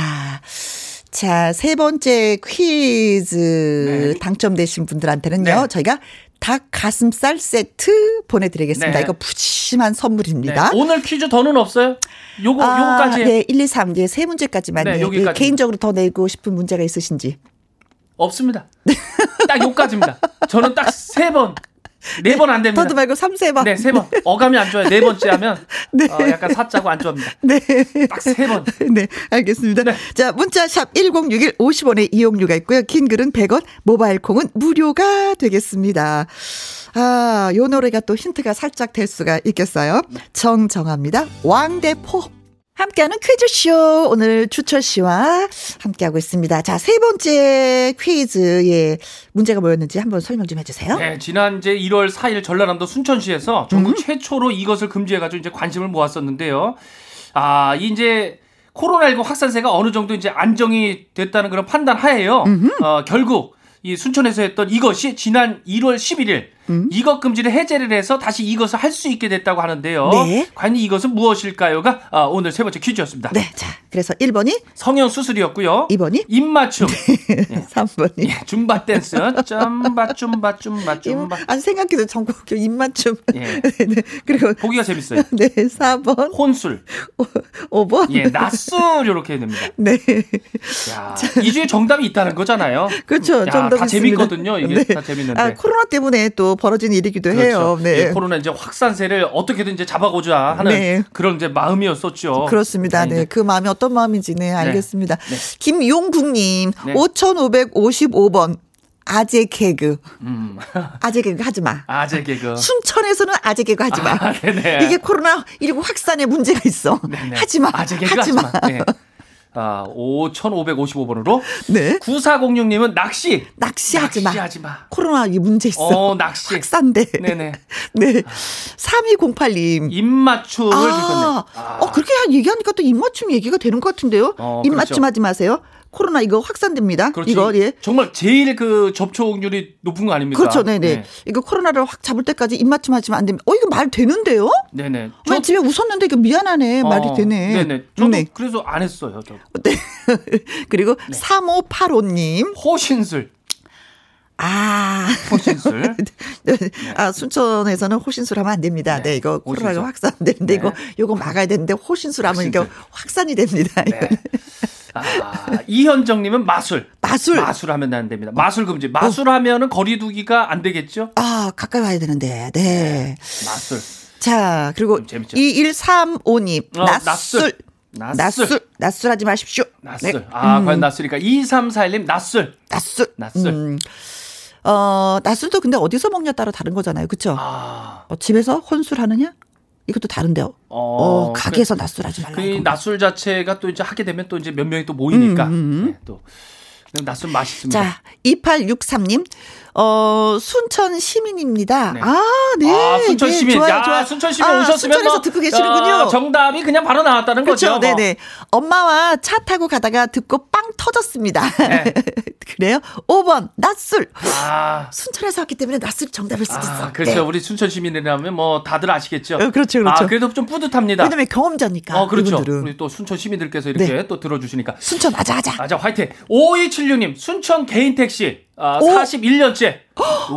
자, 세 번째 퀴즈 당첨되신 분들한테는요. 네. 저희가 닭 가슴살 세트 보내드리겠습니다. 네. 이거 푸짐한 선물입니다. 네, 오늘 퀴즈 더는 없어요. 요거 요거까지 네, 1, 2, 3, 예, 세 문제까지만. 네, 예, 여기까지. 개인적으로 더 내고 싶은 문제가 있으신지. 없습니다. 네. *laughs* 딱 요까지입니다. 저는 딱 세 번, 네 번 안 됩니다. 터드 말고 3, 세번 네, 세 번. 어감이 안 좋아요. 네 번째 하면 *laughs* 네. 어, 약간 사짜고 안 좋아합니다. 네. 딱 세 번. *laughs* 네, 알겠습니다. 자, 문자샵 1061 50원의 이용료가 있고요. 긴 글은 100원, 모바일 콩은 무료가 되겠습니다. 아, 요 노래가 또 힌트가 살짝 될 수가 있겠어요. 정정합니다. 왕대포. 함께하는 퀴즈쇼. 오늘 주철 씨와 함께하고 있습니다. 자, 세 번째 퀴즈. 예. 문제가 뭐였는지 한번 설명 좀 해주세요. 네, 지난 이제 1월 4일 전라남도 순천시에서 음. 전국 최초로 이것을 금지해가지고 이제 관심을 모았었는데요. 아, 이 이제 코로나19 확산세가 어느 정도 이제 안정이 됐다는 그런 판단 하에요. 어, 결국 이 순천에서 했던 이것이 지난 1월 11일 음. 이것 금지를 해제를 해서 다시 이것을 할 수 있게 됐다고 하는데요. 네. 과연 이것은 무엇일까요가 아, 오늘 세 번째 퀴즈였습니다. 네. 자, 그래서 1번이, 성형 수술이었고요. 2번이, 입맞춤, 네. *laughs* 3번이. *laughs* 줌바 댄스, 짬바 줌바 줌바 *laughs* 줌바. 아, 생각해도 전국교 입맞춤. 예. *laughs* 네, 네. 그리고 보기가 재밌어요. 네, 4번, 혼술, 5번. 예, 낯술 이렇게 됩니다. 네. 야, 이 중에 정답이 있다는 거잖아요. 그렇죠. 야, 좀더 다 재밌거든요. 이게 다 재밌는데. 그렇죠. 아, 코로나 때문에 또 벌어진 일이기도 해요. 예, 네. 코로나 이제 확산세를 어떻게든 이제 잡아보자 하는 네. 그런 이제 마음이었었죠. 그렇습니다. 네. 이제 그 마음이 어떤 마음인지, 네, 알겠습니다. 김용국님, 네. 5555번, 아재 개그. 음. *laughs* 아재 개그 하지 마. 아재 개그. 순천에서는 아재 개그 하지 마. 어. 아, 네네. 이게 코로나19 확산에 문제가 있어. 네네. 하지 마. 아재 개그 하지 마. 네. 아, 5,555번으로 네. 9406님은 낚시. 낚시하지 마. 낚시하지 마. 코로나 이 문제 있어. 어, 낚시. 확산돼. 네네. *laughs* 네. 3208님. 입맞춤을 아, 주셨네. 어, 그렇게 얘기하니까 또 입맞춤 얘기가 되는 것 같은데요. 어, 입맞춤 그렇죠. 하지 마세요. 코로나 이거 확산됩니다. 그렇지. 이거, 예. 정말 제일 그 접촉률이 높은 거 아닙니까? 그렇죠, 네네. 네. 이거 코로나를 확 잡을 때까지 입맞춤 하시면 안 됩니다. 어, 이거 말 되는데요? 네네. 왜 집에 웃었는데 이거 미안하네. 말이 되네. 어, 네네. 저도 네. *laughs* 그래서 안 했어요. 저 네. 그리고 네. 3585님. 호신술, 아. *laughs* 호신술. 네. 아, 순천에서는 호신술 하면 안 됩니다. 네, 네, 이거 코로나가 호신술. 확산되는데 네. 이거 요거 막아야 되는데 호신술 하면 이거 호신술. 확산이 됩니다. 네. 아, 이현정님은 마술. 마술. 어. 마술 하면 안 됩니다. 마술 금지. 마술 하면은 거리두기가 안 되겠죠? 아, 가까이 와야 되는데. 네. 마술. 자, 그리고 좀 음, 재밌죠? 2135님. 어, 낯술. 낯술. 낯술. 낯술 하지 마십시오. 낯술. 네. 아, 과연 낯술일까? 2341님, 낯술. 낯술. 낯술. 음. 어, 낯술도 근데 어디서 먹냐 따라 다른 거잖아요. 그쵸? 아, 어, 집에서 혼술 하느냐? 이것도 다른데요. 어, 어, 가게에서 낯술 하지 말라고. 그, 그 낯술 자체가 또 이제 하게 되면 또 이제 몇 명이 또 모이니까. 음, 네, 또. 낯술 맛있습니다. 자, 2863님, 어, 순천 시민입니다. 네. 아, 네. 아, 순천 네, 시민. 좋아요, 야, 좋아요. 순천 시민 아, 오셨으면 순천에서 뭐, 듣고 계시는군요. 아, 정답이 그냥 바로 나왔다는 그렇죠. 거죠. 뭐. 네네. 엄마와 차 타고 가다가 듣고 빵 터졌습니다. 네. *laughs* 그래요? 5번, 낯술. 아, 순천에서 왔기 때문에 낯술 정답일 수도 있어. 아, 그렇죠. 우리 순천 시민이라면 뭐 다들 아시겠죠. 네. 어, 그렇죠, 그렇죠. 아, 그래도 좀 뿌듯합니다. 왜냐면 경험자니까. 어, 그렇죠. 이분들은. 우리 또 순천 시민들께서 이렇게 네. 또 들어주시니까. 순천, 아자, 아자. 아, 자, 화이팅. 5276님, 순천 개인 택시. 아, 오. 41년째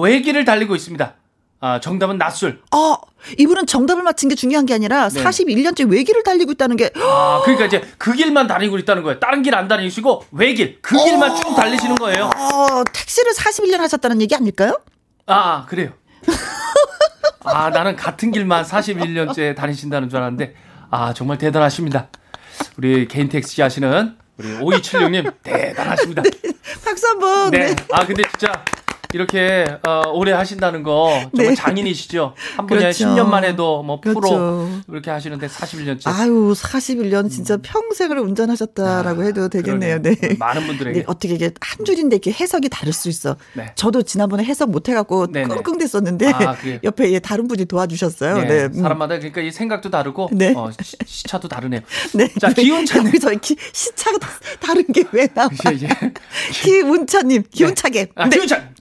외길을 달리고 있습니다. 아, 정답은 낯술. 어, 이분은 정답을 맞힌 게 중요한 게 아니라 네. 41년째 외길을 달리고 있다는 게 아, 그러니까 이제 그 길만 다니고 있다는 거예요. 다른 길 안 다니시고 외길, 그 길만 쭉 달리시는 거예요. 어, 택시를 41년 하셨다는 얘기 아닐까요? 아, *laughs* 그래요. 아, 나는 같은 길만 41년째 다니신다는 줄 알았는데, 아, 정말 대단하십니다. 우리 개인 택시 하시는 우리 *laughs* 5276님, 대단하십니다. 박수 한 번. 네. 네. 아, 근데 진짜 이렇게 어, 오래 하신다는 거 정말 네. 장인이시죠. 한 분야에 그렇죠. 10년만 해도 뭐 프로 그렇죠. 이렇게 하시는데 41년째. 아유, 41년 진짜 평생을 운전하셨다라고 해도 되겠네요. 음. 아, 그러네요. 네. 많은 분들에게. 네, 어떻게 이게 한 줄인데 이렇게 해석이 다를 수 있어. 네. 저도 지난번에 해석 못 해갖고 네네. 끙끙댔었는데 아, 그래요? *laughs* 옆에 예, 다른 분이 도와주셨어요. 네, 네. 음. 사람마다 그러니까 이 생각도 다르고 네. 어, 시, 시차도 다르네요. 네. 자, 네. *laughs* 기운차네. 여기서 이렇게 시차가 다- 다른 게 왜 나와? *laughs* 예, 예. 기운차님, 기운차게. 아, 네. 기운차. 네.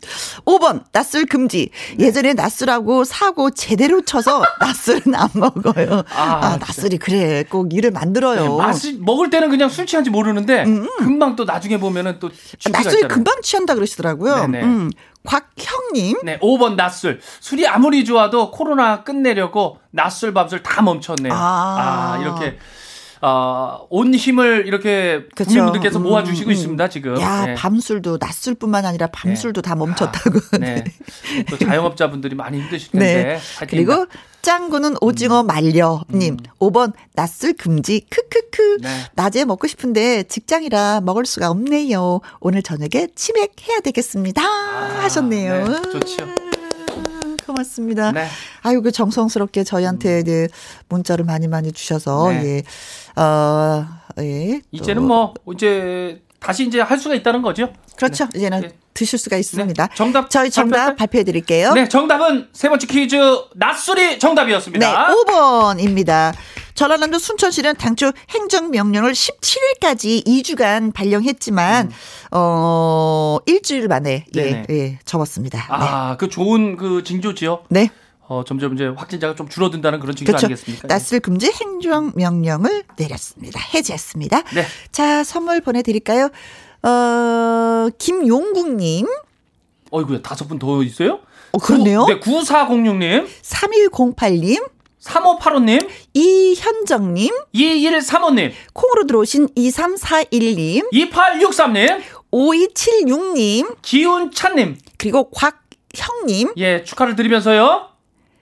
5번 낯술 금지. 예전에 낯술하고 사고 제대로 *laughs* 쳐서 낯술은 안 먹어요. 아, 네, 아, 낯술이 그래 꼭 일을 만들어요. 예, 음, 맛을 먹을 때는 그냥 술 취한지 모르는데 금방 또 나중에 보면은 또 취기가 낯술이 있잖아요. 금방 취한다 그러시더라고요. 네네. 음, 곽형님. 네, 5번 낮술. 술이 아무리 좋아도 코로나 끝내려고 낮술 밤술 다 멈췄네요. 아. 아, 이렇게 어, 온 힘을 이렇게 그쵸. 국민분들께서 음, 모아주시고 음. 있습니다 지금. 야, 네. 밤술도 낮술뿐만 아니라 밤술도 다 멈췄다고. 예. 네. 또 자영업자분들이 많이 힘드실 텐데. 파이팅입니다. 네. 그리고 음. 짱구는 오징어 말려님. 5번 낯술 금지. 크크크. 네. 낮에 먹고 싶은데 직장이라 먹을 수가 없네요. 오늘 저녁에 치맥해야 되겠습니다. 하셨네요. 아, 음. 아, 네, 좋지요. 고맙습니다. 네. 음. 아유, 그 정성스럽게 저희한테 이제 문자를 많이 많이 주셔서, 네. 예. 어, 예. 또 이제는 뭐 이제 다시 이제 할 수가 있다는 거죠. 그렇죠. 이제는 네. 드실 수가 있습니다. 네. 정답 저희 정답 발표할까요? 발표해 드릴게요. 네, 정답은 세 번째 퀴즈 낮술이 네, 정답이었습니다. 5번입니다. 전라남도 순천시는 당초 행정명령을 17일까지 2주간 발령했지만, 어, 일주일 만에, 예, 음. 네네. 예, 접었습니다. 아, 그 좋은 그 징조 지요 네. 네. 어, 점점 이제 확진자가 좀 줄어든다는 그런 징조 그렇죠. 아니겠습니까? 네. 낯을 금지 행정 명령을 내렸습니다. 해제했습니다. 네. 자, 선물 보내드릴까요? 어, 김용국님, 어이구야, 다섯 분 더 있어요? 어, 그렇네요. 구- 네, 9406님, 3108님, 3585님, 이현정님, 2135님, 콩으로 들어오신 2341님, 2863님, 5276님, 기운찬님, 그리고 곽형님, 예, 축하를 드리면서요.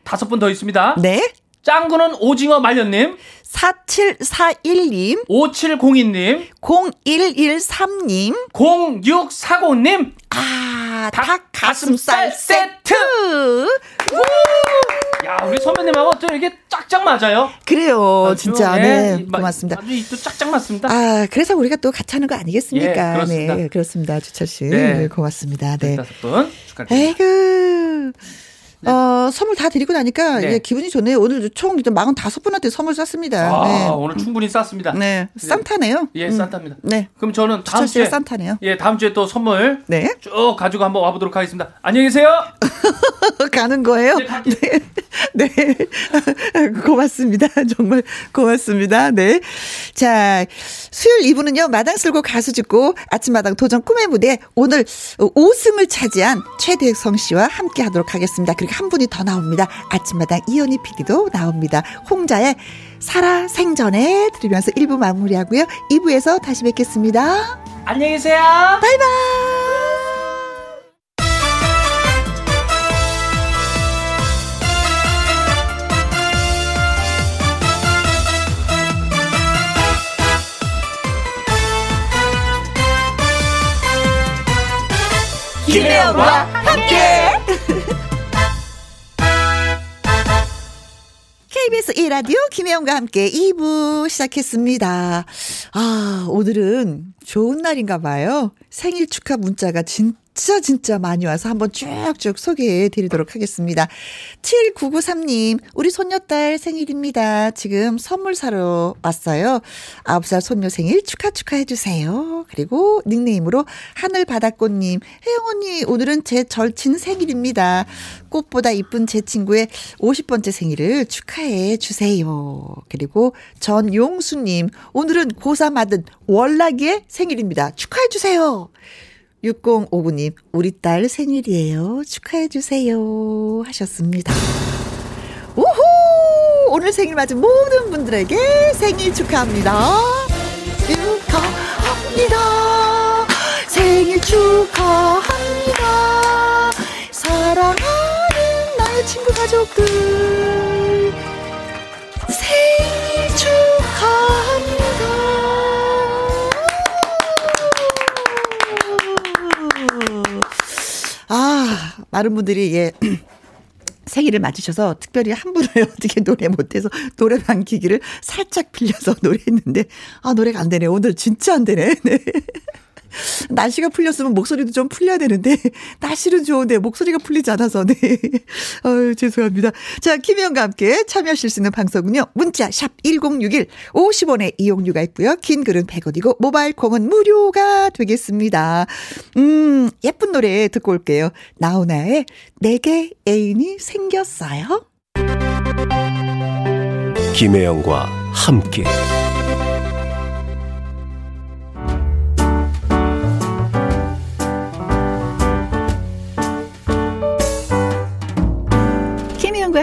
다섯 분 더 있습니다. 네, 짱구는 오징어 말년님, 4741님, 5702님, 0113님, 0640님, 아, 닭 닭가슴살 가슴살 세트! 야, 우리 선배님하고 또 이게 짝짝 맞아요. 그래요, 아주, 진짜. 예, 네, 이 마- 고맙습니다. 아주 이또 짝짝 맞습니다. 아, 그래서 우리가 또 같이 하는 거 아니겠습니까? 예, 그렇습니다. 네, 그렇습니다. 주철 씨. 네. 네, 고맙습니다. 네. 다섯 분 축하드립니다. 에이그. 어, 선물 다 드리고 나니까 네. 예, 기분이 좋네요. 오늘 총 45분한테 선물 쐈습니다. 아, 네. 오늘 충분히 쌌습니다. 네. 산타네요. 예, 음. 산타입니다. 네. 그럼 저는 다음 주철 씨가 주에 산타네요. 예, 다음 주에 또 선물 네. *laughs* 쭉 가지고 한번 와보도록 하겠습니다. 안녕히 계세요. 가는 어, 거예요? 네. 네. *laughs* 고맙습니다. *laughs* 정말 고맙습니다. 네. 자, 수요일 2부는요, 마당 쓸고 가수 짓고 아침마당 도전 꿈의 무대 오늘 5승을 차지한 최대성 씨와 함께 하도록 하겠습니다. 그리고 한 분이 더 나옵니다. 아침마당 이현희 PD도 나옵니다. 홍자의 살아 생전에 들으면서 1부 마무리하고요. 2부에서 다시 뵙겠습니다. 안녕히 계세요. 바이바이! 김혜영과 함께 KBS 1라디오 김혜영과 함께 2부 시작했습니다. 아, 오늘은 좋은 날인가 봐요. 생일 축하 문자가 진짜 진짜 많이 와서 한번 쭉쭉 소개해 드리도록 하겠습니다. 7993님, 우리 손녀딸 생일입니다. 지금 선물 사러 왔어요. 9살 손녀 생일 축하 축하해 주세요. 그리고 닉네임으로 하늘바닷꽃님, 혜영 언니, 오늘은 제 절친 생일입니다. 꽃보다 이쁜 제 친구의 50번째 생일을 축하해 주세요. 그리고 전용수님, 오늘은 고3 아들 월락이의 생일입니다. 축하해 주세요. 6059님, 우리 딸 생일이에요. 축하해주세요. 하셨습니다. 우후! 오늘 생일 맞은 모든 분들에게 생일 축하합니다. 축하합니다. 생일 축하합니다. 사랑하는 나의 친구 가족들. 생일 축하합니다. 아, 많은 분들이 예. 생일을 맞으셔서 특별히 한 분을 *laughs* 어떻게 노래 못해서 노래방 기기를 살짝 빌려서 노래했는데 아 노래가 안 *laughs* 되네 오늘 진짜 안 되네 네. 날씨가 풀렸으면 목소리도 좀 풀려야 되는데 *laughs* 날씨는 좋은데 목소리가 풀리지 않아서 네. *laughs* 어유 죄송합니다. 자, 김혜영과 함께 참여하실 수 있는 방송은요. 문자 샵 1061 50원의 이용료가 있고요. 긴 글은 100원이고 모바일 콩은 무료가 되겠습니다. 음, 예쁜 노래 듣고 올게요. 나훈아의 내게 애인이 생겼어요. 김혜영과 함께 김희영과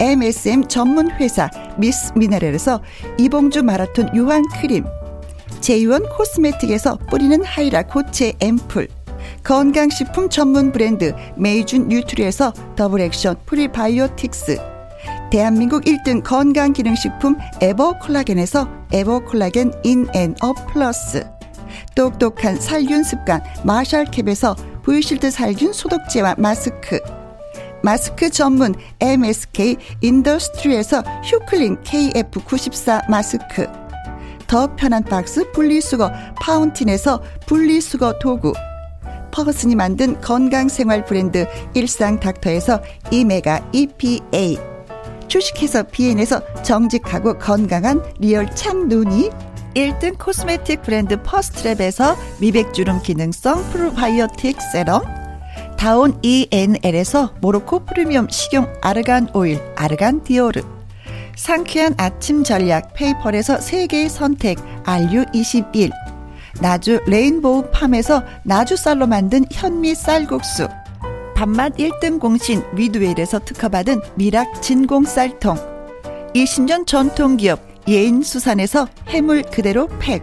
MSM 전문 회사 미스 미네랄에서 이봉주 마라톤 유한 크림, 제이원 코스메틱에서 뿌리는 하이라 코체 앰플, 건강식품 전문 브랜드 메이준 뉴트리에서 더블 액션 프리바이오틱스, 대한민국 1등 건강기능식품 에버 콜라겐에서 에버 콜라겐 인앤어 플러스, 똑똑한 살균습관 마샬캡에서 보이실드 살균 소독제와 마스크, 마스크 전문 MSK 인더스트리에서 휴클린 KF94 마스크 더 편한 박스 분리수거 파운틴에서 분리수거 도구 퍼거슨이 만든 건강생활 브랜드 일상닥터에서 이메가 EPA 주식회사 비엔에서 정직하고 건강한 리얼 참 눈이 1등 코스메틱 브랜드 퍼스트랩에서 미백주름 기능성 프로바이오틱 세럼 다온 ENL에서 모로코 프리미엄 식용 아르간 오일, 아르간 디오르. 상쾌한 아침 전략 페이퍼에서 세계의 선택 RU21. 나주 레인보우 팜에서 나주쌀로 만든 현미 쌀국수. 밥맛 1등 공신 위드웰에서 특허받은 미락 진공 쌀통. 20년 전통기업 예인수산에서 해물 그대로 팩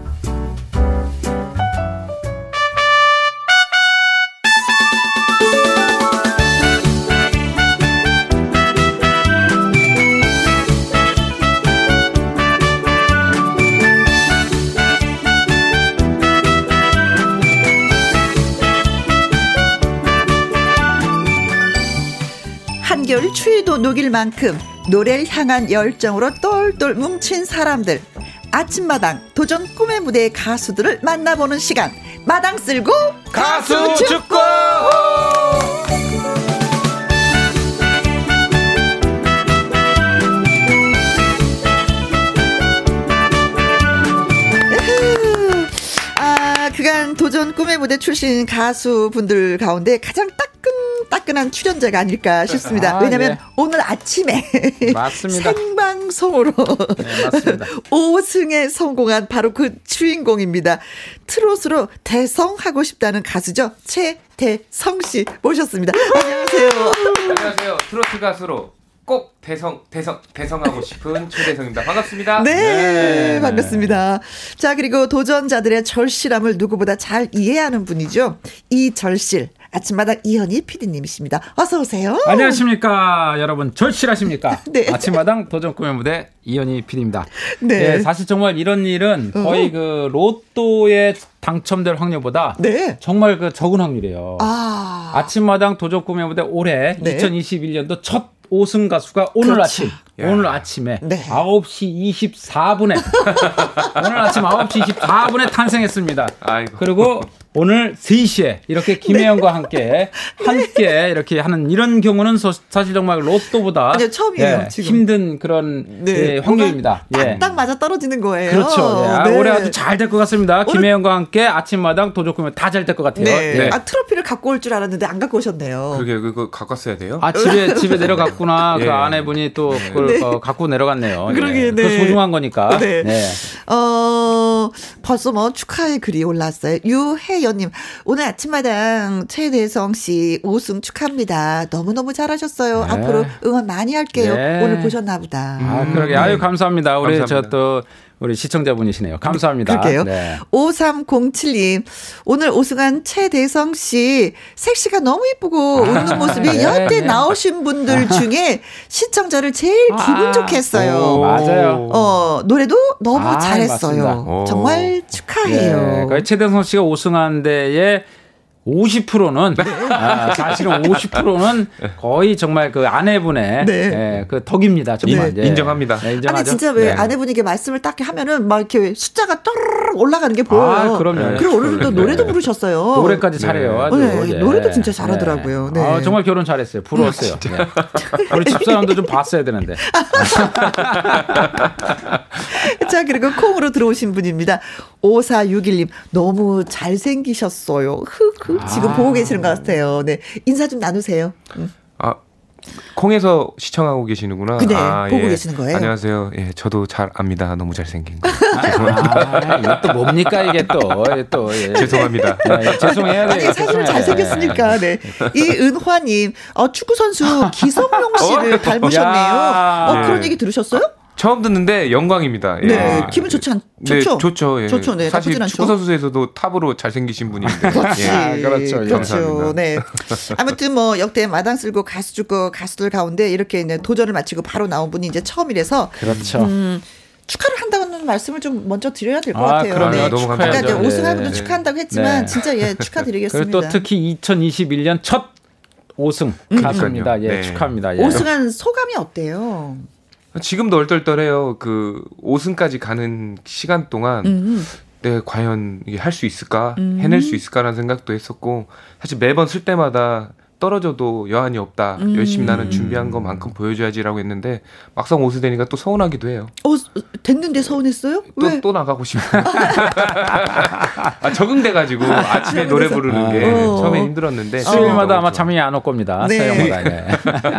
한겨울 추위도 녹일 만큼 노래를 향한 열정으로 똘똘 뭉친 사람들 아침마당 도전 꿈의 무대의 가수들을 만나보는 시간 마당 쓸고 가수 축구! 으흐. 아, 그간 도전 꿈의 무대 출신 가수분들 가운데 가장 따끈따끈한 출연자가 아닐까 싶습니다. 아, 왜냐면 네. 오늘 아침에 *laughs* 맞습니다. 생방송으로 네, *laughs* 맞습니다. 5승에 성공한 바로 그 주인공입니다. 트롯으로 대성하고 싶다는 가수죠. 최대성 씨 모셨습니다. 안녕하세요. *laughs* 안녕하세요. 트로트 가수로 꼭 대성 대성 대성하고 싶은 최대성입니다. 반갑습니다. 네, 네. 반갑습니다. 자, 그리고 도전자들의 절실함을 누구보다 잘 이해하는 분이죠. 이 절실. 아침마다 이현희 PD님이십니다. 어서오세요. 안녕하십니까 여러분 *laughs* 절실하십니까? 네. 아침마당 도전 꿈의 무대 이현희 PD입니다. 예, 네. 사실 정말 이런 일은 어. 거의 그 로또에 당첨될 확률보다 네. 정말 그 적은 확률이에요. 아. 아침마당 도전 꿈의 무대 올해 네. 2021년도 첫 5승 가수가 오늘 그렇죠. 아침 오늘 아침에 네. 9시 24분에 *laughs* 오늘 아침 9시 24분에 탄생했습니다. 아이고. 그리고 오늘 3시에 네. 이렇게 김혜영과 함께 함께 이렇게 하는 이런 경우는 소- 사실 정말 로또보다 아니요, 처음이에요, 예, 지금. 힘든 그런 예, 확률입니다. 예. 딱 네. 맞아 떨어지는 거예요. 그렇죠. 예. 아, 네. 올해 아주 잘 될 것 같습니다. 오늘- 김혜영과 함께 아침마당 도조꾸면 다 잘 될 것 같아요. 네. 예. 아, 트로피를 갖고 올 줄 알았는데 안 갖고 오셨네요. 그게 그거 갖고 왔어야 돼요. 아 *laughs* 집에 집에 내려갔구나 예. 그 아내분이 또 그걸 어, 갖고 내려갔네요. 예. 네. 그러게, 네. 그 소중한 거니까. 네. 어, 벌써 뭐 축하의 글이 올랐어요. 유혜연님, 오늘 아침마당 최대성 씨 5승 축하합니다. 너무너무 잘하셨어요. 네. 앞으로 응원 많이 할게요. 네. 음. 오늘 보셨나 보다. 아 그러게 아유 감사합니다. 우리 감사합니다. 저 또 우리 시청자분이시네요. 감사합니다. 그럴게요. 네. 5307님, 오늘 오승환 최대성 씨, 섹시가 너무 이쁘고 웃는 모습이 네, 여태 네. 나오신 *laughs* 분들 중에 시청자를 제일 아, 기분 좋게 아, 오, 했어요. 맞아요. 어, 노래도 너무 아, 잘했어요. 맞습니다. 오. 정말 예, 축하해요. 거의 최대성 씨가 우승한 데에 50%는 아, 사실은 50%는 거의 정말 그 아내분의 네. 예, 그 덕입니다. 정말 인- 예. 인정합니다. 네, 인정하죠. 아니 진짜 왜 네. 아내분에게 말씀을 딱 하면은 막 이렇게 숫자가 또르르 올라가는 게 보여요. 아, 그럼요. 그리고 오늘은 또 노래도 부르셨어요. 노래까지 잘해요. 아주. 뭐 네, 예. 노래도 진짜 잘하더라고요. 네. 아, 정말 결혼 잘했어요. 부러웠어요. 네. 우리 집사람도 좀 봤어야 되는데. *laughs* 자, 그리고 콩으로 들어오신 분입니다. 5461님, 너무 잘생기셨어요. 아. 흑흑. 지금 보고 계시는 것 같아요. 네. 인사 좀 나누세요. 음. 아 콩에서 시청하고 계시는구나. 그래, 아, 보고 계시는 거예요. 안녕하세요. 예, 저도 잘 압니다. 너무 잘생긴 거. 아, 이게 또 뭡니까 이게 또. 이게 또 *laughs* 예. 죄송합니다. 예, 죄송해요. 예, 아니, 사실은 잘생겼으니까, 네. 이은화님, 어, 축구선수 기성용 씨를 닮으셨네요. 어? 야. 어, 그런 네. 얘기 들으셨어요? 처음 듣는데 영광입니다. 예. 네. 아, 기분 좋지 않, 네, 좋죠? 좋죠. 예. 좋죠. 네. 사실 나쁘진 않죠. 축구 선수에서도 탑으로 잘생기신 *laughs* 분인데. 그렇지. 예. 그렇죠. 예. 그렇죠. 감사합니다. 네. 아무튼 뭐 역대 마당 쓸고 가수 죽고 가수들 가운데 이렇게 이제 도전을 마치고 바로 나온 분이 이제 처음이라서 그렇죠. 축하를 한다는 말씀을 좀 먼저 드려야 될 것 아, 같아요. 그럼요. 네. 너무 아까 감사하죠. 이제 축하해야죠. 오승환 네. 분도 축하한다고 했지만 네. 진짜 *laughs* 예 그리고 또 축하드리겠습니다. 특히 2021년 첫 우승 가수입니다. 예, 네. 축하합니다. 예. 음, 오승환 소감이 어때요? 지금도 얼떨떨해요. 그 5승까지 가는 시간 동안 음. 네, 과연 이게 할 수 있을까? 해낼 수 있을까라는 생각도 했었고 사실 매번 쓸 때마다 떨어져도 여한이 없다. 열심히 음. 나는 준비한 것만큼 보여줘야지라고 했는데 막상 오승 되니까 또 서운하기도 해요. 어 됐는데 서운했어요? 또 왜? 또 나가고 싶어. *laughs* 아, 적응돼가지고 아침에 노래 부르는 게 어. 처음에 힘들었는데 수요일마다 어. 아마 잠이 안 올 겁니다. 네. 사연마다. *laughs*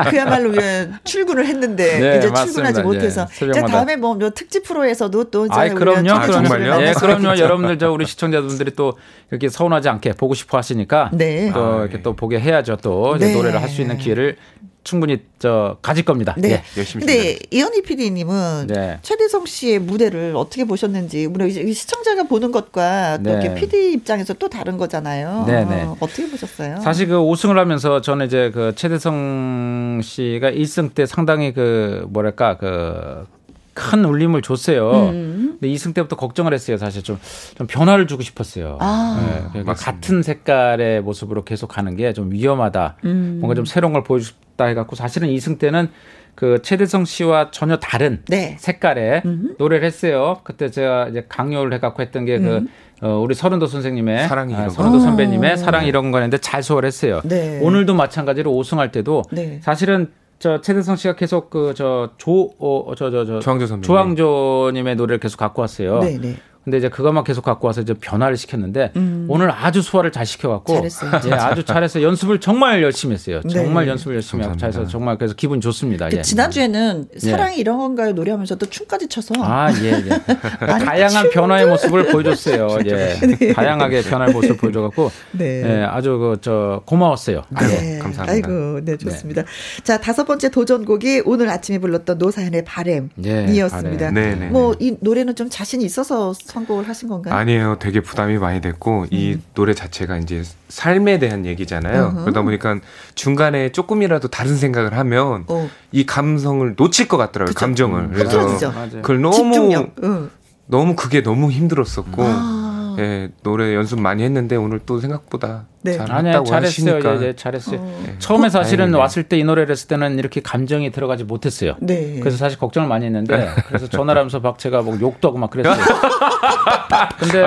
네. 그야말로 예, 출근을 했는데 네, 이제 맞습니다. 출근하지 예, 못해서 자, 새벽마다. 다음에 뭐 특집 프로에서도 또 이제 아이 우리가 그럼요, 첫 아, 번째 정말요? 출연을 예, 하면서 그럼요. 여러분들 저 우리 시청자분들이 또 이렇게 서운하지 않게 보고 싶어 하시니까 네. 또 아, 이렇게 예. 또 보게 해야죠. 또 이제 네. 노래를 할 수 있는 기회를 충분히 저 가질 겁니다. 네. 예. 열심히 근데 이현희 PD님은 네. 최대성 씨의 무대를 어떻게 보셨는지 물론 이제 시청자가 보는 것과 또 네. 이렇게 PD 입장에서 또 다른 거잖아요. 네, 네. 어, 어떻게 보셨어요? 사실 그 5승을 하면서 저는 이제 그 최대성 씨가 1승 때 상당히 그 뭐랄까 그 큰 울림을 줬어요. 음. 근데 2승 때부터 걱정을 했어요. 사실 좀, 좀 변화를 주고 싶었어요. 아. 예, 그러니까 같은 색깔의 모습으로 계속 가는 게 좀 위험하다. 음. 뭔가 좀 새로운 걸 보여주고 싶다 해갖고 사실은 2승 때는 그 최대성 씨와 전혀 다른 네. 색깔의 노래를 했어요. 그때 제가 이제 강요를 해갖고 했던 게 그 음. 우리 서른도 선생님의 사랑이 아, 이런 서른도 거. 선배님의 사랑 이런 거였는데 잘 소화했어요. 음. 네. 오늘도 마찬가지로 우승할 때도 네. 사실은 저 최대성 씨가 계속 그 저조저저저 조항조 선배님. 님의 노래를 계속 갖고 왔어요. 네, 네. 근데 이제 그것만 계속 갖고 와서 이제 변화를 시켰는데 오늘 아주 소화를 잘 시켜갖고 잘했어요, 예, 아주 잘해서 연습을 정말 열심히 했어요. 정말 네. 연습을 열심히 하고 감사합니다. 잘해서 정말 그래서 기분 좋습니다. 그 예. 지난주에는 예. 사랑이 이런 건가요 노래하면서 또 춤까지 춰서 아, 예, 예. *laughs* 많이 다양한 변화의 모습을 보여줬어요. *laughs* 예. 다양하게 변화의 모습을 보여줘갖고, 네. 예, 아주 그, 저, 고마웠어요. 네. 감사합니다. 아이고, 네, 좋습니다. 자, 다섯 번째 도전곡이 오늘 아침에 불렀던 노사연의 예, 바램이었습니다. 바램. 네네. 뭐, 이 노래는 좀 자신이 있어서 선곡을 하신 건가요? 아니에요. 되게 부담이 많이 됐고 이 노래 자체가 이제 삶에 대한 얘기잖아요. 그러다 보니까 중간에 조금이라도 다른 생각을 하면 어. 이 감성을 놓칠 것 같더라고요. 그쵸. 음, 감정을. 흐트러지죠. 맞아요. 그걸 너무 어. 집중력. 응. 너무 그게 너무 힘들었었고 아. 예, 노래 연습 많이 했는데 오늘 또 생각보다 네. 아니야, 잘했다고 잘했어요. 하시니까 예, 예, 잘했어요. 처음에 사실은 다행이네요. 왔을 때 이 노래를 했을 때는 이렇게 감정이 들어가지 못했어요. 네. 그래서 사실 걱정을 많이 했는데 그래서 전화를 하면서 막 제가 막 욕도 하고 막 *laughs* 그랬어요. 근데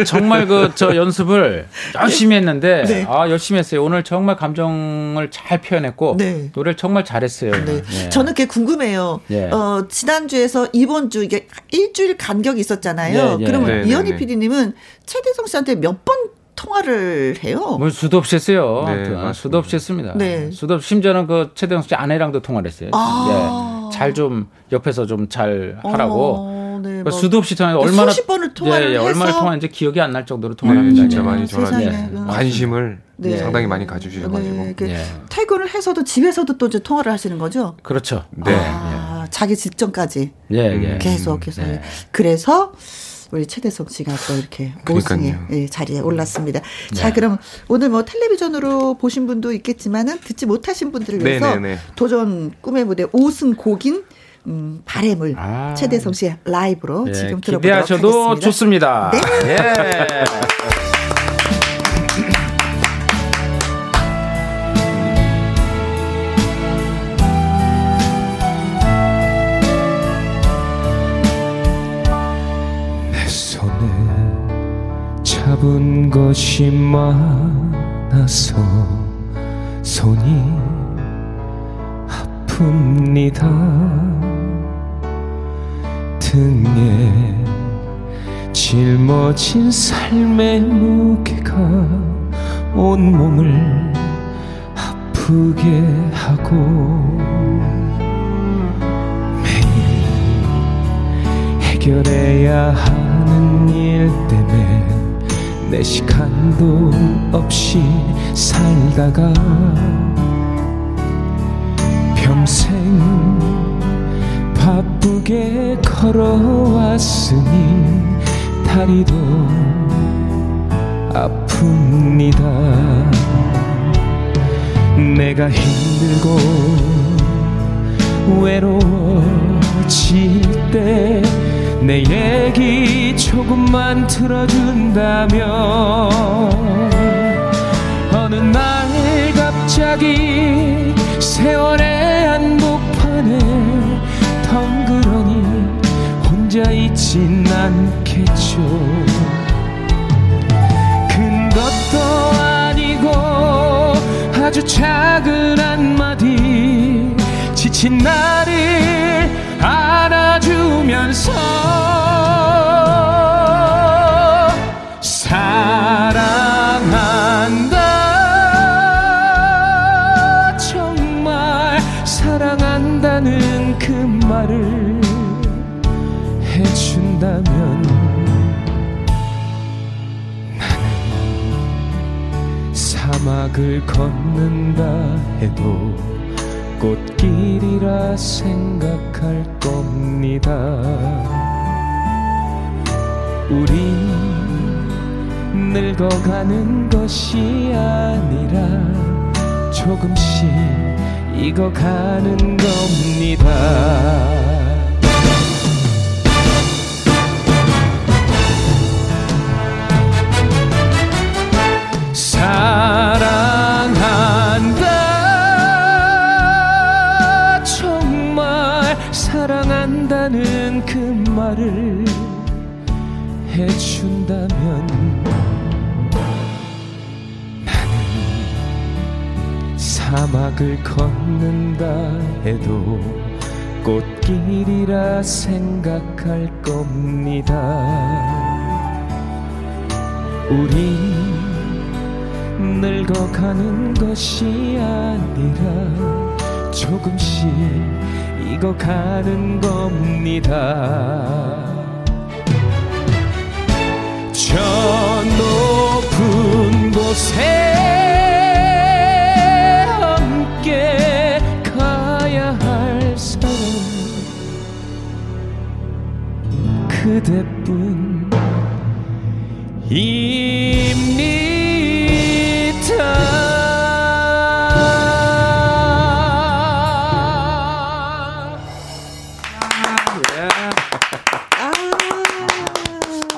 아, 정말 그 저 연습을 열심히 했는데 네. 아 열심히 했어요. 오늘 정말 감정을 잘 표현했고 네. 노래를 정말 잘했어요. 네. 예. 저는 그게 궁금해요. 예. 어, 지난주에서 이번주 이게 일주일 간격이 있었잖아요. 예, 예. 그러면 네, 네, 이현희 네. PD님은 최대성 씨한테 몇 번 통화를 해요? 뭐 수도 없이 했어요. 네, 아무튼 맞습니다. 수도 없이 했습니다. 네. 수도 없이 심지어는 그 최대성 씨 아내랑도 통화를 했어요. 아. 예. 잘 좀 옆에서 좀 잘 하라고. 어, 네, 그 뭐 수도 없이 전화 얼마나 수십 번을 통화를 예, 예, 얼마나 해서 통화했는지 기억이 안 날 정도로 네, 통화를 합니다. 진짜 예. 많이 세상에. 전화해 관심을 네. 상당히 많이 가져주셔가지고 네, 그 예. 퇴근을 해서도 집에서도 또 이제 통화를 하시는 거죠? 그렇죠. 네. 아, 자기 직전까지 예, 음. 예. 계속 계속 네. 그래서 우리 최대성 씨가 또 이렇게 그러니까요. 5승의 자리에 올랐습니다. 자 그럼 오늘 뭐 텔레비전으로 보신 분도 있겠지만은 듣지 못하신 분들을 위해서 네네네. 도전 꿈의 무대 5승 곡인 음, 바램을 아. 최대성 씨의 라이브로 예, 지금 들어보도록 기대하셔도 하겠습니다. 좋습니다. 네. 예. 내 손에 잡은 것이 많아서 손이 아픕니다 등에 짊어진 삶의 무게가 온몸을 아프게 하고 매일 해결해야 하는 일 때문에 내 시간도 없이 살다가 평생 바쁘게 걸어왔으니 다리도 아픕니다. 내가 힘들고 외로워질 때 내 얘기 조금만 들어준다면 어느 날 갑자기 세월의 한복판에 덩그러니 혼자 있진 않겠죠 큰 것도 아니고 아주 작은 한마디 지친 나를 안아주면서 사랑한다 정말 사랑한다는 그 말을 해준다면 사막을 걷는다 해도 꽃길이라 생각할 겁니다. 우린 늙어가는 것이 아니라 조금씩 익어가는 겁니다. 사랑한다 정말 사랑한다는 그 말을 해준다면 사막을 걷는다 해도 꽃길이라 생각할 겁니다. 우리 늙어가는 것이 아니라 조금씩 익어가는 겁니다. 저 높은 곳에 함께 가야 할 사람 그대뿐 아. 입니다.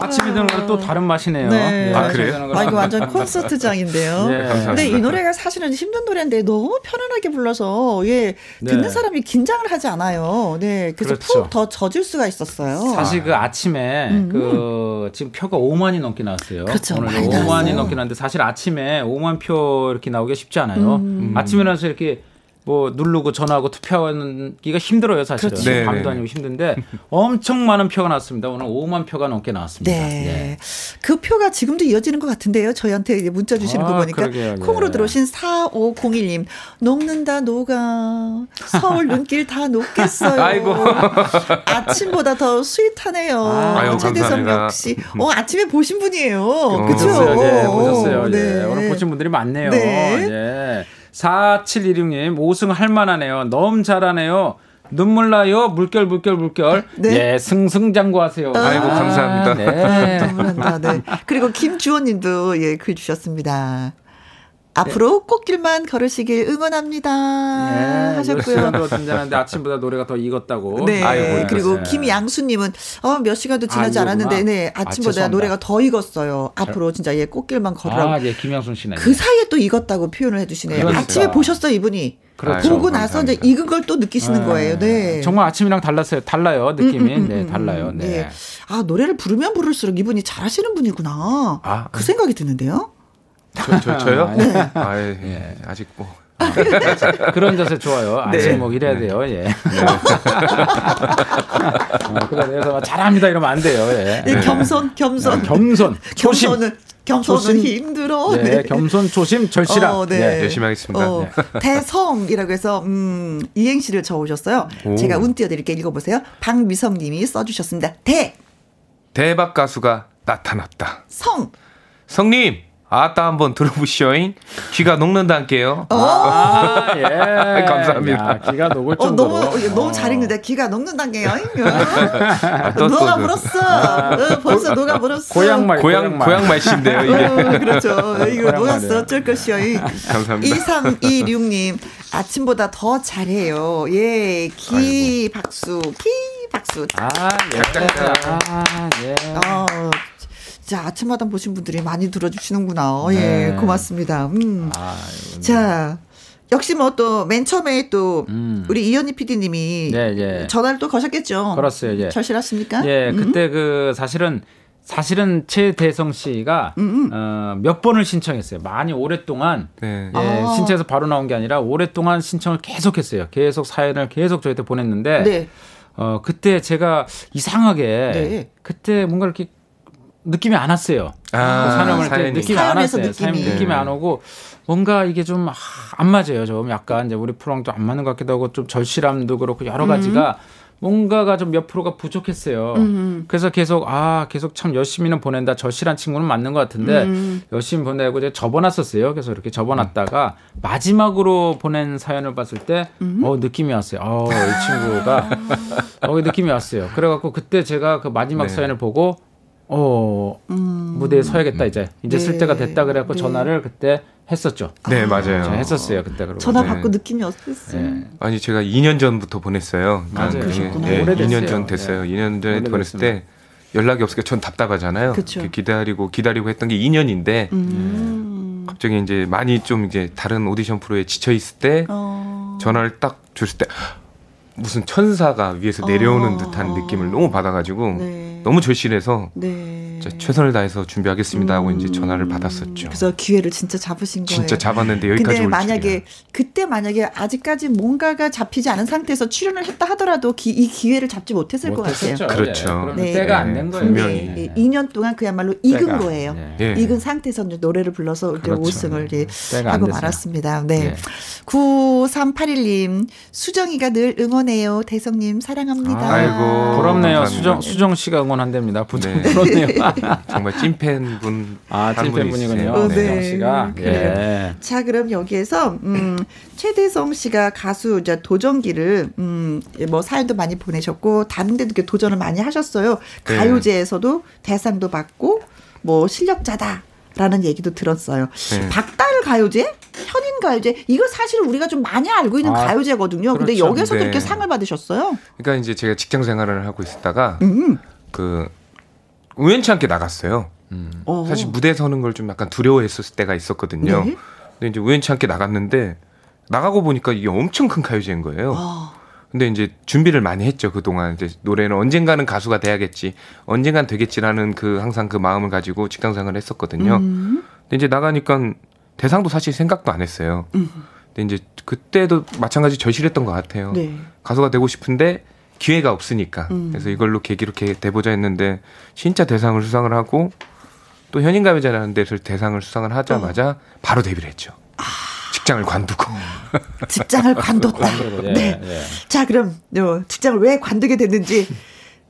아침에 들는 거는 또 다른 맛이네요. 네. 예, 아, 아침에 그래요? 네, 드는 거랑. 아 이거 완전 콘서트장인데요. *laughs* 예. 근데 이 노래가 사실은 힘든 노래인데 너무 편안하게 불러서 예 듣는 네. 사람이 긴장을 하지 않아요. 네 그래서 그렇죠. 푹 더 젖을 수가 있었어요. 음. 사실 그 아침에 그 지금 표가 5만이 넘게 나왔어요. 그렇죠. 오늘 많이 5만이 나왔어요. 넘게 나왔는데 사실 아침에 5만 표 이렇게 나오기가 쉽지 않아요. 음. 아침에 나서 이렇게 뭐 누르고 전화하고 투표하기가 힘들어요, 사실은. 그렇죠. 네, 밤도 네. 아니고 힘든데 엄청 많은 표가 나왔습니다. 오늘 5만 표가 넘게 나왔습니다. 네. 그 표가 지금도 이어지는 것 같은데요. 저희한테 이제 문자 주시는 거 아, 보니까. 그러게요. 예. 콩으로 들어오신 4501님. 녹는다, 녹아. 서울 눈길 다 녹겠어요. 아이고. *laughs* 아침보다 더 스윗하네요. 아유, 최대성 감사합니다. 역시. 어, 아침에 보신 분이에요. 그쵸? 보셨어요? 예, 보셨어요. 예. 네. 오늘 보신 분들이 많네요. 네. 예. 4716님, 5승 할 만하네요. 너무 잘하네요. 눈물 나요 물결 물결 물결 네. 예 승승장구하세요. 아이고, 감사합니다. 네. 감사합니다. 네. 그리고 김주호님도 예, 글 주셨습니다. 앞으로 꽃길만 걸으시길 네. 응원합니다. 아, 하셨고요. 하셨고요. 잔잔한데 아침보다 노래가 더 익었다고. 네. 아이고, 그리고 네. 김양수님은 어, 몇 시간도 지나지 아, 않았는데 이거구나. 네, 아, 아침보다 죄송합니다. 노래가 더 익었어요. 앞으로 진짜 예, 꽃길만 걸으라고. 아, 예, 김영순 씨네. 그 사이에 또 익었다고 표현을 해주시네요. 그러니까. 아침에 보셨어요, 이분이. 그렇죠. 보고 나서 이제 감사합니다. 익은 걸 또 느끼시는 거예요. 네. 아, 음, 정말 아침이랑 달랐어요. 달라요, 느낌이. 네, 달라요. 네. 예. 아, 노래를 부르면 부를수록 이분이 잘하시는 분이구나. 음. 아. 그 생각이 드는데요. 저, 저, 저요? 네. 아, 예, 예. 아직 뭐. 그런 자세 좋아요. 네. 아침에 뭐 이래야 돼요. 예. 어, 그래서 막 잘합니다 이러면 안 돼요. 예. 예, 겸손, 겸손. 겸손, 초심. 겸손은, 겸손은 조심. 힘들어. 네, 겸손, 초심, 절실함. 어, 네. 열심히 하겠습니다. 어, 대성이라고 해서 음, 이행시를 적어주셨어요. 오. 제가 운 띄워드릴게 읽어보세요. 박미성님이 써주셨습니다. 대성 대박 가수가 나타났다. 어, 성님, 아따 한번 들어보시오잉. 귀가 녹는다할게요 아, 예. 감사합니다. 야, 기가 녹을 어, 그 정도로. 너무 어, 너무 잘 읽는데 기가 녹는 단계요. 또, *laughs* 또, 녹아 또. 물었어. 어, 벌써 녹아 물었어. 고향 말, 고향, 고향 말씨인데요, 어, 이게. 그렇죠. 이거 고향 말이에요. 녹았어. 어쩔 것이요. 감사합니다. 2326님 아침보다 더 잘해요. 예, 기 박수, 기 박수. 아, 예. 아, 예. 아, 자 아침마당 보신 분들이 많이 들어주시는구나. 어, 예, 네. 고맙습니다. 음. 아, 자, 역시 뭐 또 맨 처음에 또 음. 우리 이현희 PD님이 네, 예. 전화를 또 거셨겠죠. 걸었어요, 예. 절실하십니까? 예, 음. 그때 그 사실은 사실은 최대성 씨가 음, 어, 몇 번을 신청했어요. 많이 오랫동안 네. 예, 아. 신청해서 바로 나온 게 아니라 오랫동안 신청을 계속했어요. 계속 사연을 계속 저희한테 보냈는데 네. 어, 그때 제가 이상하게 네. 그때 뭔가 이렇게 느낌이 안 왔어요. 아, 그 사람을 이렇게 사연이. 느낌이 안 사연에서 왔어요. 느낌이. 사연 느낌이 안 오고 뭔가 이게 좀 안 맞아요. 좀 약간 이제 우리 프로랑도 안 맞는 것 같기도 하고 좀 절실함도 그렇고 음. 여러 가지가 뭔가가 좀 몇 프로가 부족했어요. 음. 그래서 계속 아 계속 참 열심히는 보낸다. 절실한 친구는 맞는 것 같은데 음, 열심히 보내고 이제 접어놨었어요. 그래서 이렇게 접어놨다가 마지막으로 보낸 사연을 봤을 때 음. 어 느낌이 왔어요. 어이 친구가 *laughs* 어 느낌이 왔어요. 그래갖고 그때 제가 그 마지막 네. 사연을 보고 어 무대에 서야겠다 이제 이제 음. 네. 쓸 때가 됐다 그래갖고 전화를 그때 했었죠. 네, 맞아요. 제가 했었어요 그때 그러고. 전화 네. 받고 느낌이 어땠어요? 네. 아니 제가 2년 전부터 보냈어요. 그러니까 네, 맞아요. 그러셨구나. 오래됐어요. 2년 전 됐어요. 2년 전에 보냈을 때 연락이 없으니까 전 답답하잖아요. 그쵸. 이렇게 기다리고 기다리고 했던 게 2년인데 음. 갑자기 이제 많이 좀 이제 다른 오디션 프로에 지쳐 있을 때 어. 전화를 딱 줬을 때 무슨 천사가 위에서 내려오는 듯한 느낌을 너무 받아가지고 네. 음. 너무 절실해서 네. 진짜 최선을 다해서 준비하겠습니다 하고 이제 전화를 받았었죠. 그래서 기회를 진짜 잡으신 거예요. 진짜 잡았는데 여기까지 근데 올 만약에 줄이야. 그때 만약에 아직까지 뭔가가 잡히지 않은 상태에서 출연을 했다 하더라도 기- 이 기회를 잡지 못했을 것 같아요. 못했죠. 그렇죠. 예. 그럼 네. 때가 안 된 거예요. 분명히. 네. 네, 2년 동안 그야말로 익음으로 해요. 예. 익은 상태에서 이제 노래를 불러서 이제 그렇죠. 우승을 이제 때가 안 하고 됐어요. 말았습니다. 네. 예. 9381님, 수정이가 늘 응원해요. 대성님, 사랑합니다. 아이고. 부럽네요. 감사합니다. 수정 수정 씨가 응원한답니다. 부 네. *laughs* 부럽네요. 정말 찐팬분 아, 한 분이 찐팬분이군요. 있으세요. 어, 네. 수정 씨가. 그래요. 예. 자, 그럼 여기에서, 음, 최대성 씨가 가수, 이제 도전기를, 음, 뭐 사연도 많이 보내셨고, 다른 데도 이렇게 도전을 많이 하셨어요. 네. 가요제에서도 대상도 받고, 뭐 실력자다. 라는 얘기도 들었어요. 네. 박달 가요제, 현인 가요제, 이거 사실 우리가 좀 많이 알고 있는 아, 가요제거든요. 근데 그렇죠. 여기서도 네. 이렇게 상을 받으셨어요. 그러니까 이제 제가 직장 생활을 하고 있었다가 음. 그 우연치 않게 나갔어요. 음. 어. 사실 무대 에 서는 걸 좀 약간 두려워했었을 때가 있었거든요. 네. 근데 이제 우연치 않게 나갔는데 나가고 보니까 이게 엄청 큰 가요제인 거예요. 어, 아, 근데 이제 준비를 많이 했죠 그 동안 이제 노래는 언젠가는 가수가 돼야겠지, 언젠간 되겠지라는 그 항상 그 마음을 가지고 직장 생활을 했었거든요. 음. 근데 이제 나가니까 대상도 사실 생각도 안 했어요. 음. 근데 이제 그때도 마찬가지 절실했던 것 어. 같아요. 네. 가수가 되고 싶은데 기회가 없으니까 음. 그래서 이걸로 계기로 이렇게 돼보자 했는데 진짜 대상을 수상을 하고 또 현인가요제라는 데서 대상을 수상을 하자마자 어. 바로 데뷔를 했죠. 아. 직장을 관두고 직장을 관뒀다. 예, 네. 예. 자, 그럼 어, 직장을 왜 관두게 됐는지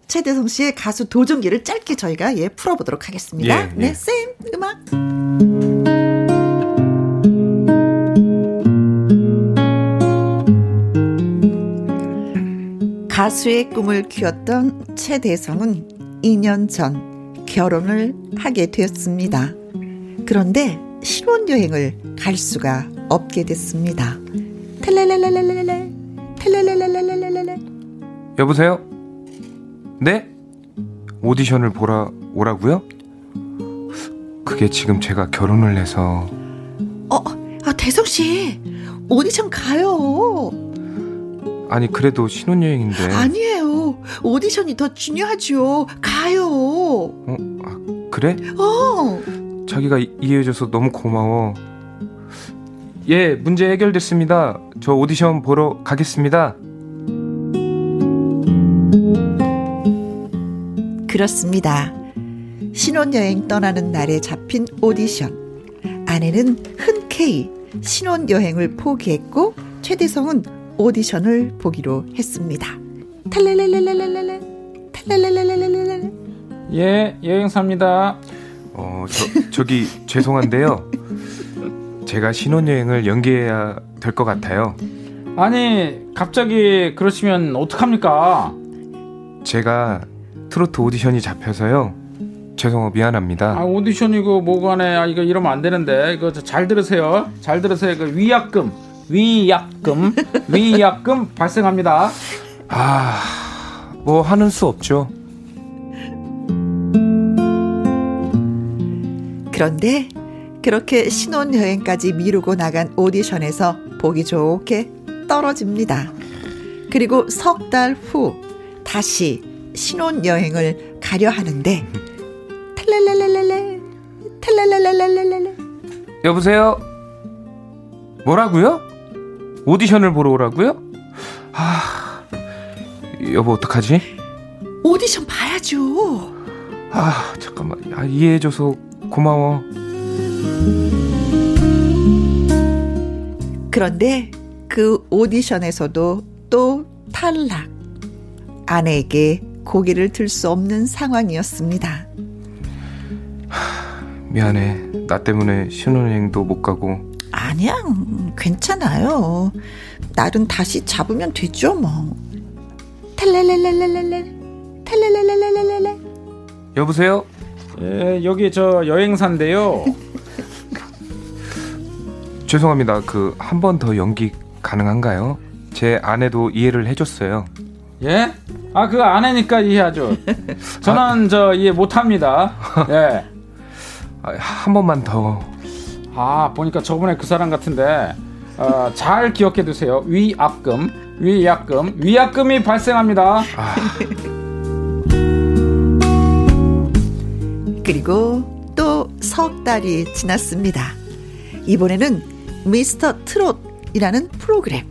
최대성 씨의 가수 도전기를 짧게 저희가 예 풀어보도록 하겠습니다. 예, 네, 예. 쌤 음악. 가수의 꿈을 키웠던 최대성은 2년 전 결혼을 하게 되었습니다. 그런데 신혼여행을 갈 수가 없게 됐습니다. 텔레레레레레레 텔레레레레레레레 여보세요? 네? 오디션을 보라 오라고요? 그게 지금 제가 결혼을 해서 어, 아, 대성 씨 오디션 가요. 아니 그래도 신혼여행인데 아니에요. 오디션이 더 중요하죠. 가요. 어? 아, 그래? 어. 자기가 이- 이해해줘서 너무 고마워 예 문제 해결됐습니다 저 오디션 보러 가겠습니다 그렇습니다. 신혼여행 떠나는 날에 잡힌 오디션. 아내는 흔쾌히 신혼여행을 포기했고 최대성은 오디션을 보기로 했습니다. 탈랄랄랄랄랄랄 탈랄랄랄랄랄 예, 여행사입니다. 어 저, *laughs* 저기 죄송한데요 제가 신혼여행을 연기해야 될 것 같아요 아니, 갑자기 그러시면 어떡합니까? 제가 트로트 오디션이 잡혀서요 죄송하고 미안합니다 아, 오디션이고 뭐간에 아, 이거 이러면 안 되는데. 이거 저잘 들으세요. 잘 들으세요. 그 위약금, 위약금, 위약금 발생합니다. 아 뭐 하는 수 없죠 그런데 그렇게 신혼여행까지 미루고 나간 오디션에서 보기 좋게 떨어집니다. 그리고 석 달 후 다시 신혼여행을 가려 하는데 탈랄랄랄랄랄 탈랄랄랄랄랄 여보세요? 뭐라고요? 오디션을 보러 오라고요? 아, 여보 어떡하지? 오디션 봐야죠. 아, 잠깐만. 아, 이해해줘서 고마워. 그런데 그 오디션에서도 또 탈락. 아내에게 고개를 들 수 없는 상황이었습니다. 미안해. 나 때문에 신혼여행도 못 가고. 아니야, 음, 괜찮아요. 날은 다시 잡으면 되죠, 뭐. 탈랄랄랄랄랄랄, 탈랄랄랄랄랄랄. 여보세요? 예, 여기 저 여행사인데요. 죄송합니다. 그 한 번 더 연기 가능한가요? 제 아내도 이해를 해줬어요. 예? 아, 그거 안 하니까 이해하죠. 저는 저 이해 못 합니다. 예. 아, 한 번만 더. 아 보니까 저번에 그 사람 같은데 어, 잘 기억해 두세요 위약금 위약금 위약금이 발생합니다 그리고 또 석 달이 지났습니다. 이번에는 미스터 트롯이라는 프로그램.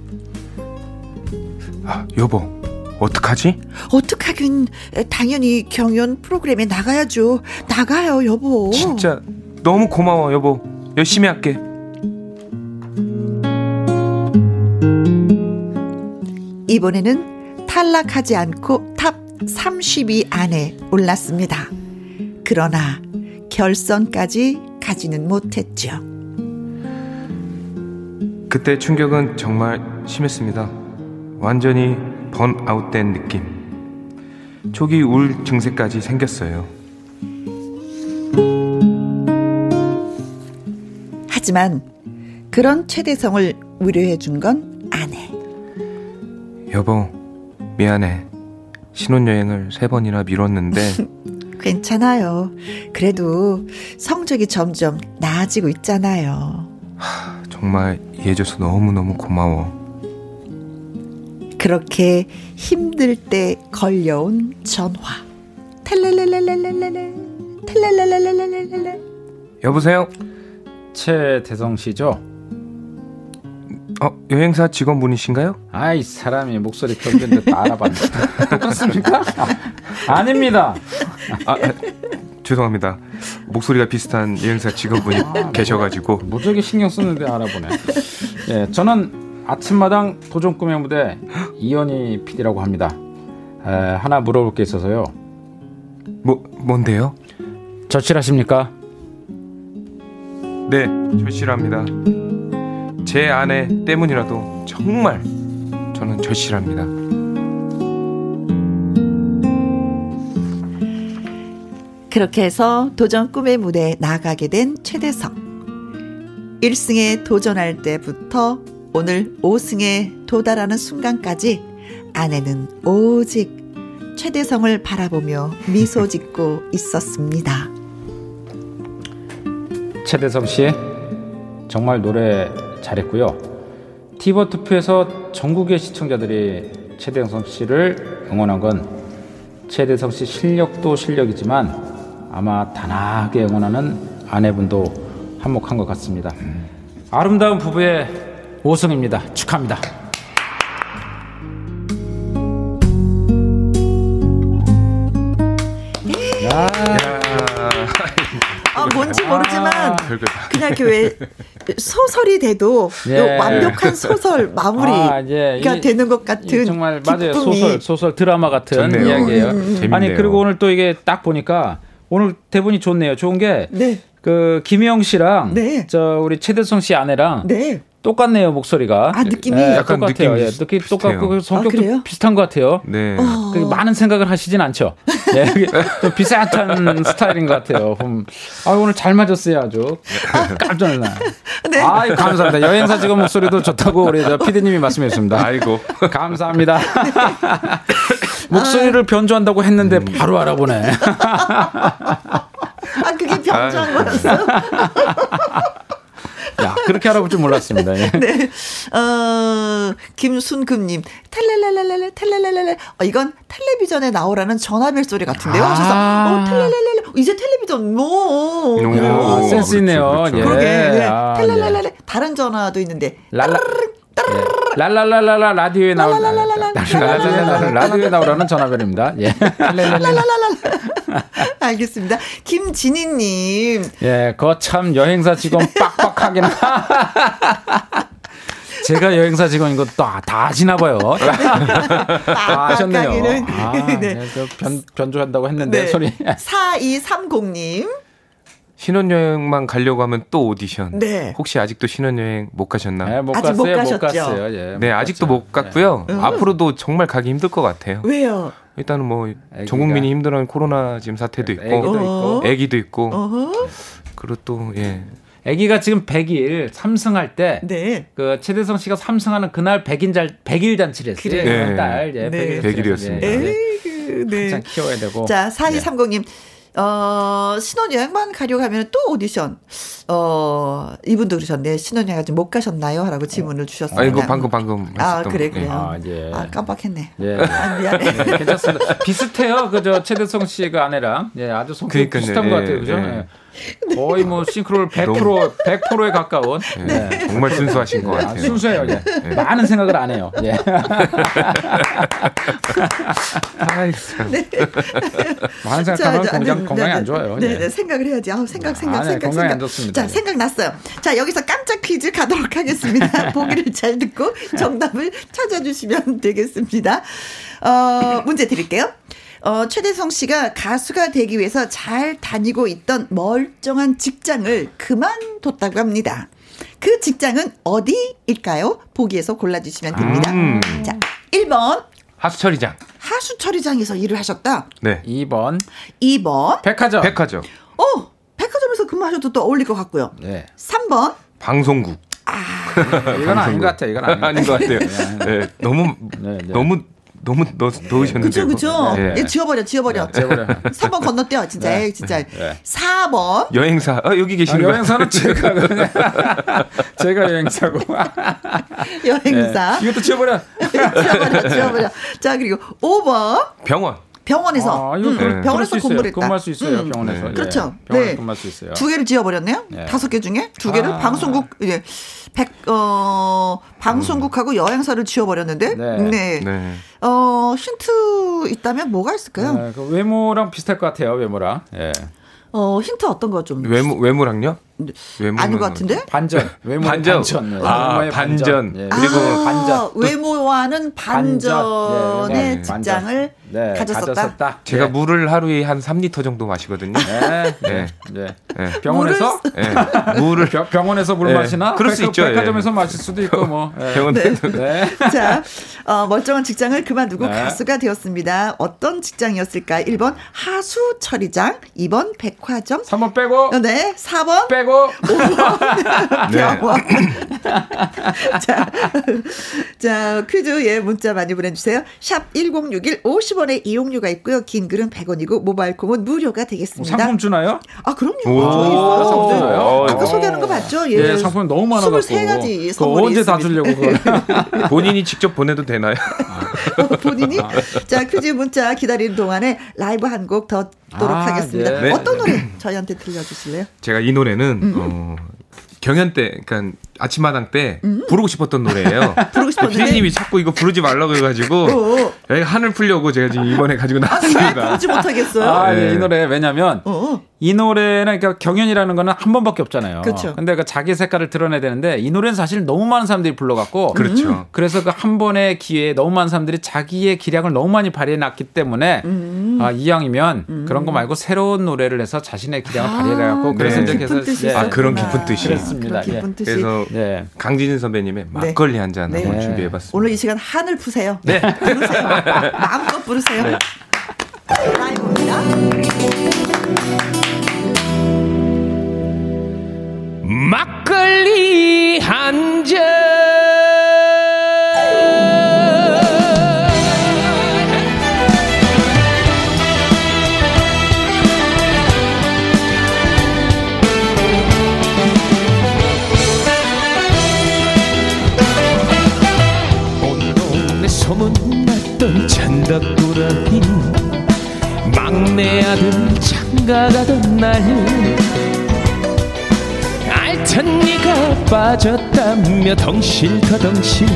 아, 여보. 어떡하지? 어떡하긴 당연히 경연 프로그램에 나가야죠. 나가요, 여보. 진짜 너무 고마워, 여보. 열심히 할게. 이번에는 탈락하지 않고 탑 30위 안에 올랐습니다. 그러나 결선까지 가지는 못했죠. 그때 충격은 정말 심했습니다. 완전히 번아웃된 느낌. 초기 우울 증세까지 생겼어요. 하지만 그런 최대성을 위로해 준 건 아내. 여보, 미안해. 신혼여행을 세 번이나 미뤘는데 괜찮아요. 그래도 성적이 점점 나아지고 있잖아요. 정말 이해해줘서 너무너무 고마워. 그렇게 힘들 때 걸려온 전화. 탈랄랄랄랄랄랄. 탈랄랄랄랄랄랄. 여보세요? 최대성 씨죠 어, 여행사 직원분이신가요? 아이 사람이 목소리 변변데 다 알아봤네 똑같습니까 아, 닙니다 아, 아, 죄송합니다. 목소리가 비슷한 여행사 직원분이 계셔가지고 무지하게 신경 쓰는데 알아보네 예 저는 아침마당 도전 꿈의 무대 이현희 PD라고 합니다 에, 하나 물어볼 게 있어서요 뭐 뭔데요? 저칠하십니까 네, 절실합니다. 제 아내 때문이라도 정말 저는 절실합니다. 그렇게 해서 도전 꿈의 무대에 나가게 된 최대성. 1승에 도전할 때부터 오늘 5승에 도달하는 순간까지 아내는 오직 최대성을 바라보며 미소 짓고 있었습니다. 최대성 씨 정말 노래 잘했고요. 티버 투표에서 전국의 시청자들이 최대성 씨를 응원한 건 최대성 씨 실력도 실력이지만 아마 단아하게 응원하는 아내분도 한몫한 것 같습니다. 아름다운 부부의 5승입니다. 축하합니다. 아, 뭔지 모르지만 별거 다. 그냥 이렇게 왜 소설이 돼도 예. 요 완벽한 소설 마무리가 아, 예. 이- 되는 것 같은 이 정말 맞아요. 기쁨이 소설 소설 드라마 같은 좋네요. 이야기예요. 음, 음, 음. 아니 재밌네요. 그리고 오늘 또 이게 딱 보니까 오늘 대본이 좋네요. 좋은 게 네. 그 김희영 씨랑 네. 저 우리 최대성 씨 아내랑 네. 똑같네요 목소리가. 아, 느낌이? 아, 약간 똑같아요. 느낌이 예, 느낌 비슷해요. 똑같고 그 성격도 그래요? 비슷한 것 같아요. 네. 그 어. 많은 생각을 하시진 않죠. 예, 좀 *laughs* 비슷한 스타일인 것 같아요. 음. 아, 오늘 잘 맞았어요, 아주. 깜짝 놀라. *laughs* 네. 아, 감사합니다. 여행사 직원 목소리도 좋다고 우리 저 PD님이 말씀해 주셨습니다. 아이고. *laughs* 감사합니다. 목소리를 변조한다고 음. 했는데 바로 알아보네. 아 그게 변조한 거였어. 야, 그렇게 알아볼 줄 몰랐습니다. 예. *laughs* 네. 어, 김순금님, 탈랄랄랄랄, 탈랄랄랄. 어, 이건 텔레비전에 나오라는 전화벨 소리 같은데요? 아. 하셔서, 어, 탈랄랄랄. 이제 텔레비전, 뭐. 음. 오, 아, 센스 있네요. 그렇죠, 그렇죠. 예. 그러게. 네. 아, 예. 탈랄랄랄. 다른 전화도 있는데. 랄라 예. 랄랄랄랄라 라디오에 나올 랄랄랄랄라. 랄랄랄랄라 라디오에 나오라는 전화벨입니다. 예. 랄랄랄랄. *laughs* 알겠습니다. 김진희님. 예, 거참 *laughs* 여행사 직원 빡빡하긴 하. 제가 여행사 직원인 것도 다 아시나 봐요. 다 아셨네요. 빡빡하기는. 아, *laughs* 네. 네, 그 변, 변조한다고 했는데 네. 소리. 4230님. 신혼여행만 가려고 하면 또 오디션. 네. 혹시 아직도 신혼여행 못 가셨나? *laughs* 네, 요 못 아직 갔어요. 못 못 가셨죠? 갔어요. 예, 그러니까 네, 아직도 못 갔고요. 네. 앞으로도 정말 가기 힘들 것 같아요. 왜요? 일단은 뭐 애기가. 전 국민이 힘들어하는 코로나 지금 사태도 있고, 애기도 있고. 애기도 있고, 어? 어허. 그리고 또 예, 아기가 지금 100일 삼승할 때 네. 그 최대성 씨가 삼승하는 그날 100일 잘 100일 잔치를 했어요. 그래요? 네. 딸 예, 네. 100일 백일이었습니다. 예. 에이그, 네. 한참 키워야 어, 되고. 네. 자, 4230님. 어, 신혼여행만 가려고 하면 또 오디션. 어, 이분도 그러셨네. 신혼여행 아직 못 가셨나요? 라고 질문을 주셨습니다. 아 이거 방금 방금 아, 했었던 그래, 거. 예. 그래요. 아, 예. 아, 깜빡했네. 예. 예. 아, 미안해. 네, 괜찮습니다. 비슷해요. 그저 최대성 씨가 아내랑 예 아주 성격 그러니까요. 비슷한 예, 것 같아요. 그죠? 예. 예. 거의 뭐 싱크로율 100% 너무- 100%에 가까운. 예, 예. 네. 정말 순수하신 것 예, 같아요. 순수해요. 예. 많은 생각을 안 해요. 예. 아이, 네. 많은 자, 생각하면 자, 건강 네, 건강이 네, 안 좋아요. 네, 예. 네, 생각을 해야지. 아우, 생각, 생각, 아, 네, 생각, 건강에 생각. 안 좋습니다. 자, 생각났어요. 자, 여기서 깜짝 퀴즈 가도록 *laughs* 하겠습니다. 보기를 잘 듣고 정답을 찾아주시면 되겠습니다. 어, 문제 드릴게요. 어, 최대성 씨가 가수가 되기 위해서 잘 다니고 있던 멀쩡한 직장을 그만뒀다고 합니다. 그 직장은 어디일까요? 보기에서 골라주시면 됩니다. 음. 자, 1번 하수처리장. 하수처리장에서 일을 하셨다. 네. 2번 2번 백화점. 백화점, 어, 백화점에서 근무하셔도 또 어울릴 것 같고요. 네. 3번. 방송국. 이건 아닌 것 같아요. 이건 아닌 것 아닌 같아요. 것 같아요. 네, 너무 네, 네. 너무 너무 넣, 음, 넣으셨는데. 그쵸, 그쵸. 예. 얘 지워버려, 네, 지워버려. 삼 3번 건너뛰어, 진짜. 에이, 진짜. 사 4번. 여행사. 아, 여기 아, 계신 거예요. *laughs* 여행사는 제가 그냥 *laughs* 제가 여행사고 여행사. 이것도 지워버려. *laughs* 지워버려, 지워버려. 자, 그리고 5번. 병원. 병원에서. 아, 이거 음, 그럴- 그럴 병원에서 수 있어요. 공부를 했다. 근무할 수 있어요. 음, 병원에서. 네. 예. 그렇죠. 병원에서 네. 근무할 수 있어요. 두 개를 지워버렸네요. 예. 다섯 개 중에 두 개를 아. 방송국, 예, 백, 어, 방송국하고 여행사를 지워버렸는데, 네. 네. 네. 어, 힌트 있다면 뭐가 있을까요? 네, 그 외모랑 비슷할 것 같아요. 외모랑. 예. 어, 힌트 어떤 거 좀. 외모 외모랑요? 외모만 네. 아닌 것 하는 같은데? 반전 외모 반전. 반전 예, 아, 외모의 반전. 예. 그리고 아, 반전. 외모와는 반전의 반전. 예, 예. 직장을 네, 가졌었다. 제가 네. 예. 물을 하루에 한 3리터 정도 마시거든요. 네, 네, 네. 병원에서 네, 예. 물을 병, 병원에서 물 예. 마시나? 그럴 수 백화- 있죠, 예. 백화점에서 마실 수도 있고 뭐. 네. 예. 병원에서 네. *laughs* 자, 어, 멀쩡한 직장을 그만두고 네. 가수가 되었습니다. 어떤 직장이었을까? 1번 하수 처리장, 2번 백화점, 3번 빼고 어, 네, 4번 빼고 아, 네. 병원. *laughs* 자, 자, 퀴즈, 예, 문자 많이 보내주세요. 샵 1061, 50원의 이용료가 있고요. 긴 글은 100원이고, 모바일 콩은 무료가 되겠습니다. 상품 주나요? 아, 그럼요. 오, 저희 상품 있어요. 주나요? 네. 아까 어. 소개하는 거 봤죠? 예. 예, 상품 너무 많아 갖고. 23가지 그거 선물이 언제 다 있습니다. 주려고 그걸. 본인이 직접 보내도 되나요? *laughs* 본인이 자 퀴즈 문자 기다리는 동안에 라이브 한 곡 더 듣도록 아, 하겠습니다. 예. 네. 어떤 노래 저희한테 들려주실래요? 제가 이 음. 노래는 어, 경연 때, 그러니까 아침마당 때 음. 부르고 *laughs* 싶었던 노래예요. 부르고 싶었는데? 피디님이 자꾸 이거 부르지 말라고 해가지고 오, 여기 한을 풀려고 제가 지금 이번에 아, 가지고 왜 나왔습니다. 부르지 못하겠어요? 아, 예. 예, 이 노래 왜냐면 어, 어. 이 노래는 그러니까 경연이라는 거는 한 번밖에 없잖아요. 그렇죠. 근데 그 자기 색깔을 드러내야 되는데 이 노래는 사실 너무 많은 음. 사람들이 불러갖고 그렇죠. 그래서 그 한 번의 기회에 너무 많은 사람들이 자기의 기량을 너무 많이 발휘해 놨기 때문에 음. 아, 이왕이면 그런 거 말고 새로운 노래를 해서 자신의 기량을 발휘해 갖고 그래서 네. 이제 아. 깊은 계속 뜻이 예. 있었구나. 아, 그런 깊은 뜻이. 그렇습니다. 그런 깊은 뜻이. 그래서 예. 강진진 선배님의 막걸리 한잔 네. 한번 네. 준비해봤습니다. 오늘 이 시간 한을 푸세요. 네. 부르세요. 마음껏 부르세요. 라이브입니다. 네. 막걸리 한 잔. 온 동네 소문났던 잔다꾸라기 막내 아들 장가가던 날 알찬 니가 빠졌다며 덩실터덩실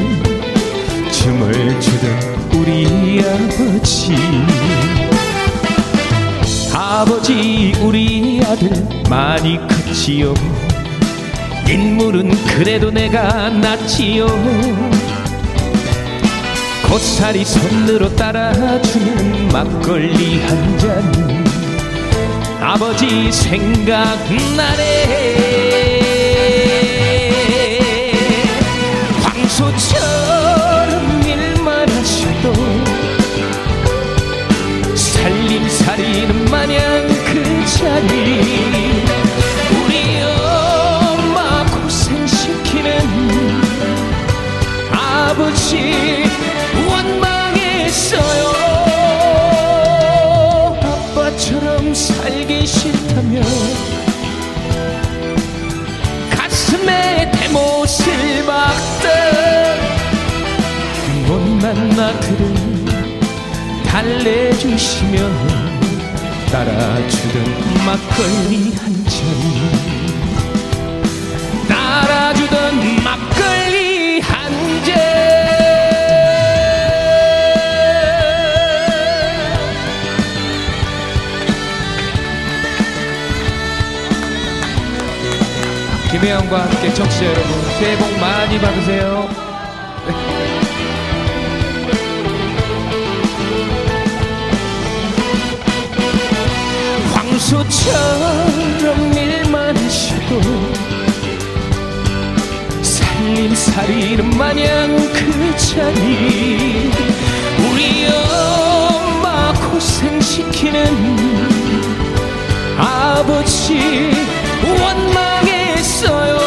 춤을 추던 우리 아버지 아버지 우리 아들 많이 컸지요 인물은 그래도 내가 낫지요 고사리 손으로 따라주는 막걸리 한잔 아버지 생각나네 황소처럼 일만 하셔도 살림살이는 마냥 그 자리 우리 엄마 고생시키는 아버지 원망했어요 아빠처럼 살기 싫다며 가슴에 대못을 박던 못난 나그를 달래주시며 따라주던 막걸리 한잔 따라주던 막걸리 한 잔. 김혜영과 함께 청취자 여러분 새해 복 많이 받으세요. *laughs* 황소처럼 일만 하시고 살림살이는 마냥 그 자리 우리 엄마 고생시키는 아버지 원망했어요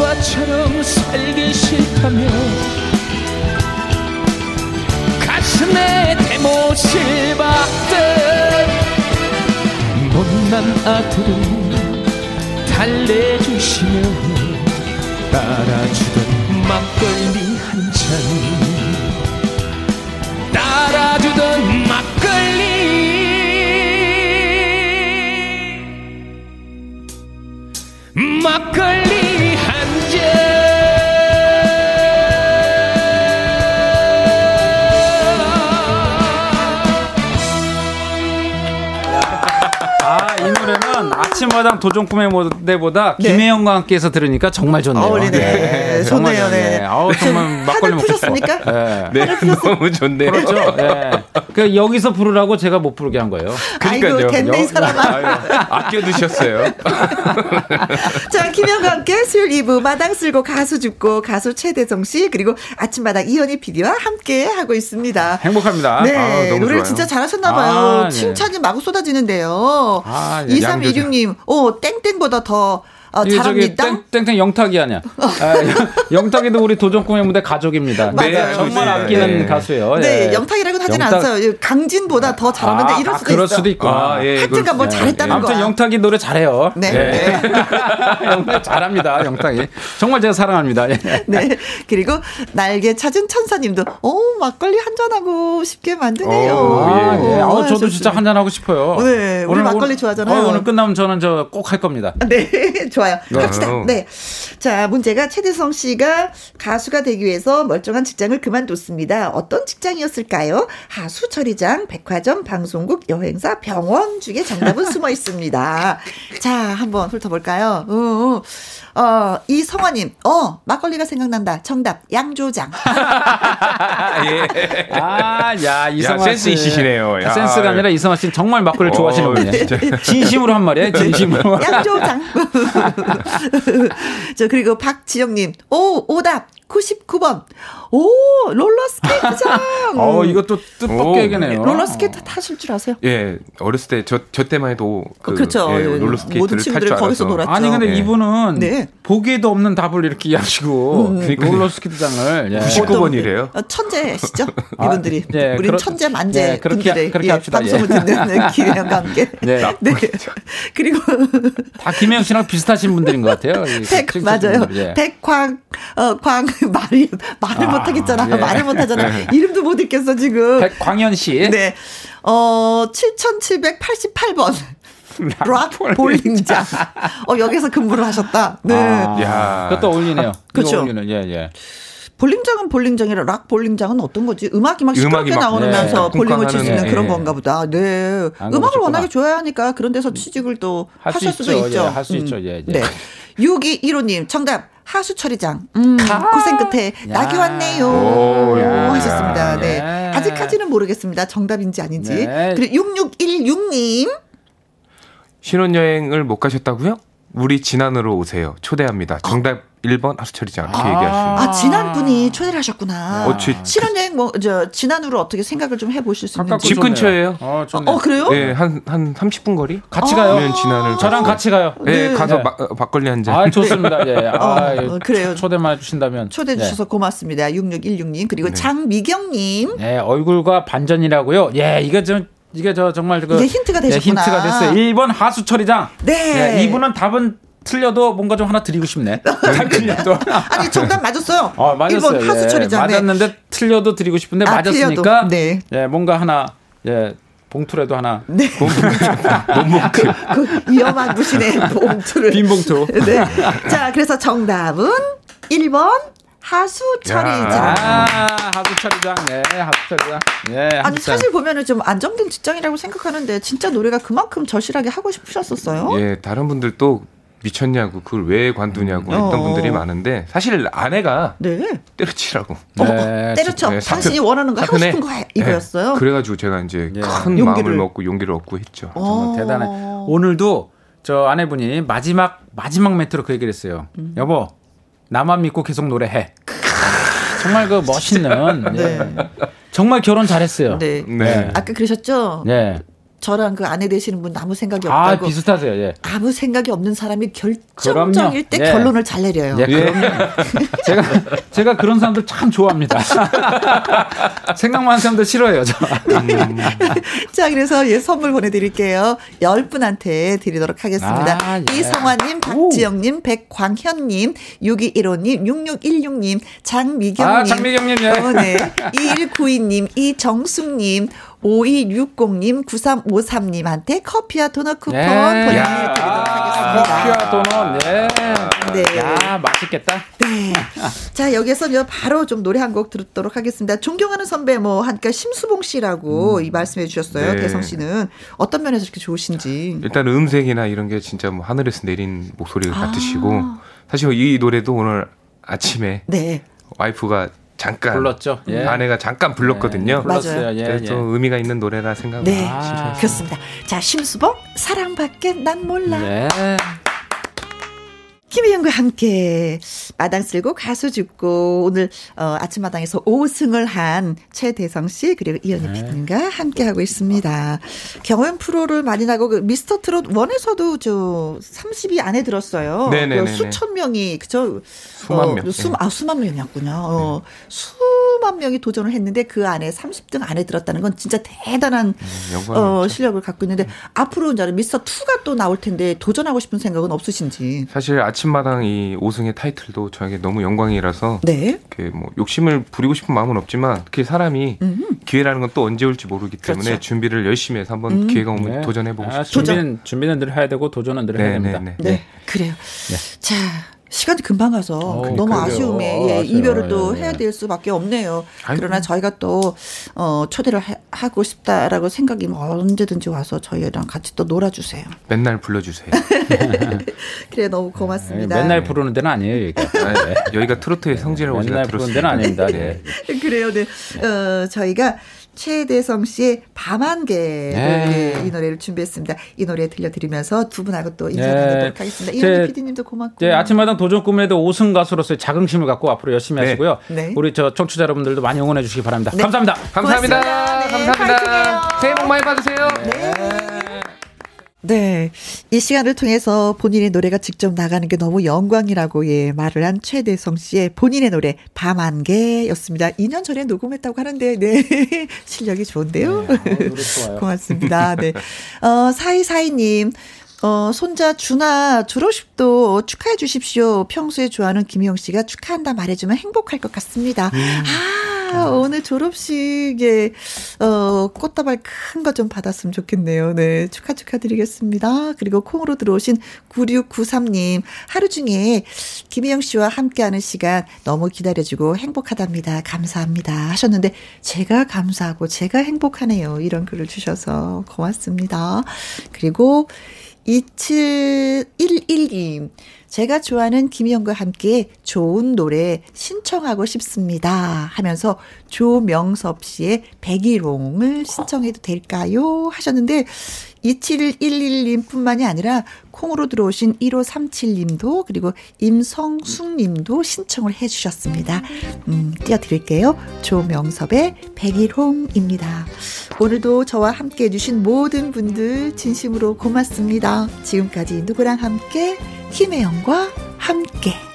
아빠처럼 살기 싫다며 가슴에 대못을 박듯 못난 아들은 달래주시며 따라주던 막걸리 한잔 따라주던 막걸리 막걸리 한잔 아, 이 노래는 아침 아침마당 도전 꿈의 무대보다 네. 김혜영과 함께해서 들으니까 정말 좋네요. 어울리네. 정말 좋네요, 네. 좋네. *laughs* 아우 정말 막걸리 한을 먹고 싶어. 푸셨습니까? 네. 네, 너무 좋네요. 그렇죠. 네. 그 여기서 부르라고 제가 못 부르게 한 거예요. 그러니까요. 아이고 됐네 이 사람아. 아껴 두셨어요. 자 김현과 함께 수요일 2부 마당 쓸고 가수 줍고 가수 최대성 씨 그리고 아침마당 이현희 PD와 함께 하고 있습니다. 행복합니다. 네, 아, 너무 노래를 좋아요. 진짜 잘하셨나봐요. 아, 네. 칭찬이 마구 쏟아지는데요. 아, 네. 2316님, 오, 땡땡보다 더 어, 이게 예, 저기 잘합니다. 땡, 땡땡 영탁이 아니야. 아, 영탁이도 우리 도전 꿈의 무대 가족입니다. 맞아요. 네, 정말 네. 아끼는 네. 가수예요. 네, 예. 영탁이라고는 하진 영탁- 아, 않아요. 강진보다 더 잘하는데 이럴 수도 그럴 있어. 수도 있고. 아, 예. 그럴 하여튼간 뭐 수 있어요. 잘했다는 아무튼 거야. 영탁이 노래 잘해요. 네. 예. 영탁 잘합니다. 영탁이 정말 제가 사랑합니다. 예. *laughs* 네. 그리고 날개 찾은 천사님도 오 막걸리 한잔하고 쉽게 만드네요. 오, 아, 예. 예. 아우, 저도 하셨어요. 진짜 한잔 하고 싶어요. 네, 우리 막걸리 오늘- 좋아하잖아요. 어, 오늘 끝나면 저는 저 꼭 할 겁니다. 네, *laughs* 좋아요. 갑시다. 와우. 네. 자, 문제가 최대성 씨가 가수가 되기 위해서 멀쩡한 직장을 그만뒀습니다. 어떤 직장이었을까요? 하수 처리장, 백화점, 방송국, 여행사, 병원 중에 정답은 숨어 있습니다. 자, 한번 훑어볼까요? 음, 음. 어, 이성화님, 어, 막걸리가 생각난다. 정답, 양조장. 아, 야, 이성아 씨. 센스 있으시네요. 야. 예. 센스가 아니라 이성아 씨는 정말 막걸리 좋아하시는 어, *laughs* 분이에요. 진심으로 한 말이에요. 네. 진심으로. 양조장. *laughs* 저 그리고 박지영님, 오 오답 99번. 오 롤러스케이트장. 어, 이것도 뜻밖의 오. 얘기네요. 음. 예, 롤러스케이트 타실 줄 아세요? 예, 어렸을 때 저 저 때만 해도 그, 렇죠 어, 예, 롤러스케이트를 모든 탈 친구들이 줄 거기서 알아서 놀았죠. 아니 근데 네. 이분은 네. 음, 보기에도 없는 답을 이렇게 이해하시고 그러니까요. 롤러스케이트장을 예. 99번이래요. 어, 천재시죠? 아, 이분들이. 예, 우린 그렇- 천재 만재 예, 그렇게- 분들의 그렇게 예, 합시다, 방송을 *laughs* 듣는 기회와 함께. 네. 네. *laughs* 그리고 다 김혜영 씨랑 비슷하신 분들인 것 같아요. *laughs* 이 백 찍- 맞아요. 찍으신 분들, 예. 백광 어광 *laughs* 말이 말을 못 하겠잖아. 예. 말을 못 하잖아. 이름도 못 읽겠어 지금. 백광현 씨. 네. 어, *laughs* 7788번. 락 볼링장. 어, 여기서 근무를 하셨다. 네. 아, 야. 그것도 어울리네요. 아, 그쵸. 이거 어울리는 예 예. 볼링장은 볼링장이라 락 볼링장은 어떤 거지? 음악이 막 시끄럽게 음악이 막 나오면서 네, 볼링을 칠 수 있는 쿵쾅하는, 그런 예, 건가 보다. 네. 그런 음악을 거구나. 워낙에 좋아야 하니까 그런 데서 취직을 또 할수 하실 수도 있죠. 있죠. 예, 할수 있죠. 예, 예. 네. 6215님, 정답. 하수처리장. 음, 고생 끝에 낙이 왔네요. 오, 야. 하셨습니다. 네. 예. 아직까지는 모르겠습니다. 정답인지 아닌지. 네. 그리고 6616님. 신혼여행을 못 가셨다고요? 우리 진안으로 오세요. 초대합니다. 정답 1번 하수철이장 이렇게 얘기하시는. 아, 지난 분이 초대를 하셨구나. 어, 지- 실현여행 뭐, 저, 지난으로 어떻게 생각을 좀 해보실 수 있는지. 집 근처예요. 어, 좋네요. 어, 그래요? 아. 예, 한 한 30분 거리? 같이 가요. 면 진안을 저랑 갔어요. 같이 가요. 예, 네. 가서 네. 막- 어, 막걸리 한 잔. 아, 좋습니다. 예. *laughs* 아, 어, 그래요. 초대만 해주신다면. 예. 초대해 주셔서 고맙습니다. 6616님. 그리고 장미경님. 네. 네, 얼굴과 반전이라고요. 예, 이거 좀. 이게 저 정말 그 이게 힌트가 예, 되셨구나. 힌트가 됐어요. 1번 하수철이장. 네. 예, 이분은 답은 틀려도 뭔가 좀 하나 드리고 *laughs* 싶네. 답 틀려도. 아니, 정답 맞았어요. 어, 아, 일본 맞았어요. 하수철이잖아요. 예, 맞았는데 틀려도 드리고 싶은데 아, 맞았으니까 틀려도. 네. 예, 뭔가 하나 예, 봉투라도 하나 그 위험한 무신의 봉투를. 빈 봉투. 네. 자, 그래서 정답은 1번 하수철이장. 아, 하수철이장. 예, 하수철이장. 예, 아니 하수철. 사실 보면은 좀 안정된 직장이라고 생각하는데 진짜 노래가 그만큼 절실하게 하고 싶으셨었어요. 예, 다른 분들 또 미쳤냐고 그걸 왜 관두냐고 했던 어. 분들이 많은데 사실 아내가 네. 어, 때려치라고. 네, 때려쳐. 네, 당신이 사표- 원하는 거 하고 사표네. 싶은 거 해. 이거였어요. 예, 그래가지고 제가 이제 예. 큰 용기를- 마음을 먹고 용기를 얻고 했죠. 어. 정말 대단해. 오늘도 저 아내분이 마지막 마지막 멘트로 그 얘기를 했어요. 여보, 나만 믿고 계속 노래해. 정말 그 멋있는. 예. 네. 정말 결혼 잘했어요. 네. 네. 아까 그러셨죠? 예. 저랑 그 아내 되시는 분 아무 생각이 아, 없다고. 비슷하세요. 예. 아무 생각이 없는 사람이 결정적일 그럼요. 때 예. 결론을 잘 내려요. 예, 그럼요. 제가 제가 그런 사람들 참 좋아합니다. 생각만 하는 사람들 싫어해요. 저. 자, 그래서 예, 선물 보내드릴게요. 열 분한테 드리도록 하겠습니다. 아, 예. 이성화님, 박지영님, 백광현님, 6215님, 6616님, 장미경님. 아, 장미경님, 예. 어, 네. 2192님, 이정숙님, 5260님, 9353님한테 커피와 도넛 쿠폰 예. 보내드리도록 야. 하겠습니다. 좋습니다. 커피와 도넛. 예. 네. 야 맛있겠다. 네. 자, 여기에서 이제 바로 좀 노래 한 곡 듣도록 하겠습니다. 존경하는 선배, 뭐, 한까 심수봉 씨라고 이 말씀해 주셨어요. 네. 대성 씨는. 어떤 면에서 이렇게 좋으신지. 일단 음색이나 이런 게 진짜 뭐 하늘에서 내린 목소리 같으시고 아. 사실 이 노래도 오늘 아침에 네. 와이프가 잠깐 불렀죠. 예. 아내가 잠깐 맞아요. 불렀거든요. 불렀어요. 예, 그래서 예. 또 의미가 있는 노래라 생각을 네. 아. 그렇습니다. 자, 심수봉, 사랑밖에 난 몰라. 네. 김희영과 함께 마당 쓸고 가수 죽고 오늘 어, 아침마당에서 5승을 한 최대성 씨 그리고 네. 이현희 PD님과 함께 하고 있습니다. 경연 프로를 많이 나고 그 미스터 트롯 원에서도 저 30위 안에 들었어요. 네네네네. 그 수천 명이 그죠? 수만 어, 명. 네. 수, 아 수만 명이었군요. 어, 수만 명이 도전을 했는데 그 안에 30등 안에 들었다는 건 진짜 대단한 영광. 어, 이 실력을 갖고 있는데 네. 앞으로 이제 미스터 2가 또 나올 텐데 도전하고 싶은 생각은 없으신지. 사실 아침마당 이 5승의 타이틀도 저에게 너무 영광이라서 네. 이렇게 뭐 욕심을 부리고 싶은 마음은 없지만 그 사람이 기회라는 건 또 언제 올지 모르기 음. 때문에 그렇죠. 음. 준비를 열심히 해서 한번 기회가 오면 네. 뭐 도전해 보고 아, 싶습니다. 준비는 준비는 늘 해야 되고 도전은 늘 해야 됩니다. 네네네. 네, 그래요. 자, 시간이 금방 가서 너무 그러게요. 아쉬움에 어, 예, 아쉬워요. 이별을 또 예, 해야 예. 될 수밖에 없네요. 그러나 저희가 또 어, 초대를 하, 하고 싶다라고 생각이 뭐 언제든지 와서 저희랑 같이 또 놀아주세요. 맨날 불러주세요. 그래 너무 예, 고맙습니다. 맨날 부르는 데는 아니에요. 여기가. *laughs* 아, 여기가 트로트의 성지라고 제가 네. 맨날 부르는 데는 들었습니다. 아닙니다. 네. 예. *laughs* 그래요, 네. 어, 저희가 최대성 씨의 밤안개 네. 이 노래를 준비했습니다. 이 노래 들려드리면서 두 분하고 또 인사 네. 나누도록 하겠습니다. 제- 이현주 PD님도 고맙고. 예, 아침마당 도전 꿈에도 5승 가수로서의 자긍심을 갖고 앞으로 열심히 네. 하시고요. 네. 우리 저 청취자 여러분들도 많이 응원해 주시기 바랍니다. 감사합니다. 감사합니다. 고맙습니다. 네, 감사합니다. 파이팅해요. 새해 복 많이 받으세요. 네. 이 시간을 통해서 본인의 노래가 직접 나가는 게 너무 영광이라고 예, 말을 한 최대성 씨의 본인의 노래 밤안개였습니다. 2년 전에 녹음했다고 하는데 네. *laughs* 실력이 네, 좋은데요. *laughs* 고맙습니다. 네. 어, 사이사이님. 어, 손자 준아 졸업식도 축하해 주십시오. 평소에 좋아하는 김희영 씨가 축하한다 말해주면 행복할 것 같습니다. 아, 오늘 졸업식에, 어, 꽃다발 큰 거 좀 받았으면 좋겠네요. 네. 축하 축하드리겠습니다. 그리고 콩으로 들어오신 9693님. 하루 중에 김희영 씨와 함께하는 시간 너무 기다려주고 행복하답니다. 감사합니다. 하셨는데 제가 감사하고 제가 행복하네요. 이런 글을 주셔서 고맙습니다. 그리고 27112님. 제가 좋아하는 김희영과 함께 좋은 노래 신청하고 싶습니다. 하면서 조명섭 씨의 백일홍을 신청해도 될까요? 하셨는데 27111님 뿐만이 아니라 콩으로 들어오신 1537님도 그리고 임성숙님도 신청을 해주셨습니다. 음, 띄워드릴게요. 조명섭의 백일홍입니다. 오늘도 저와 함께 해주신 모든 분들 진심으로 고맙습니다. 지금까지 누구랑 함께 김혜영과 함께.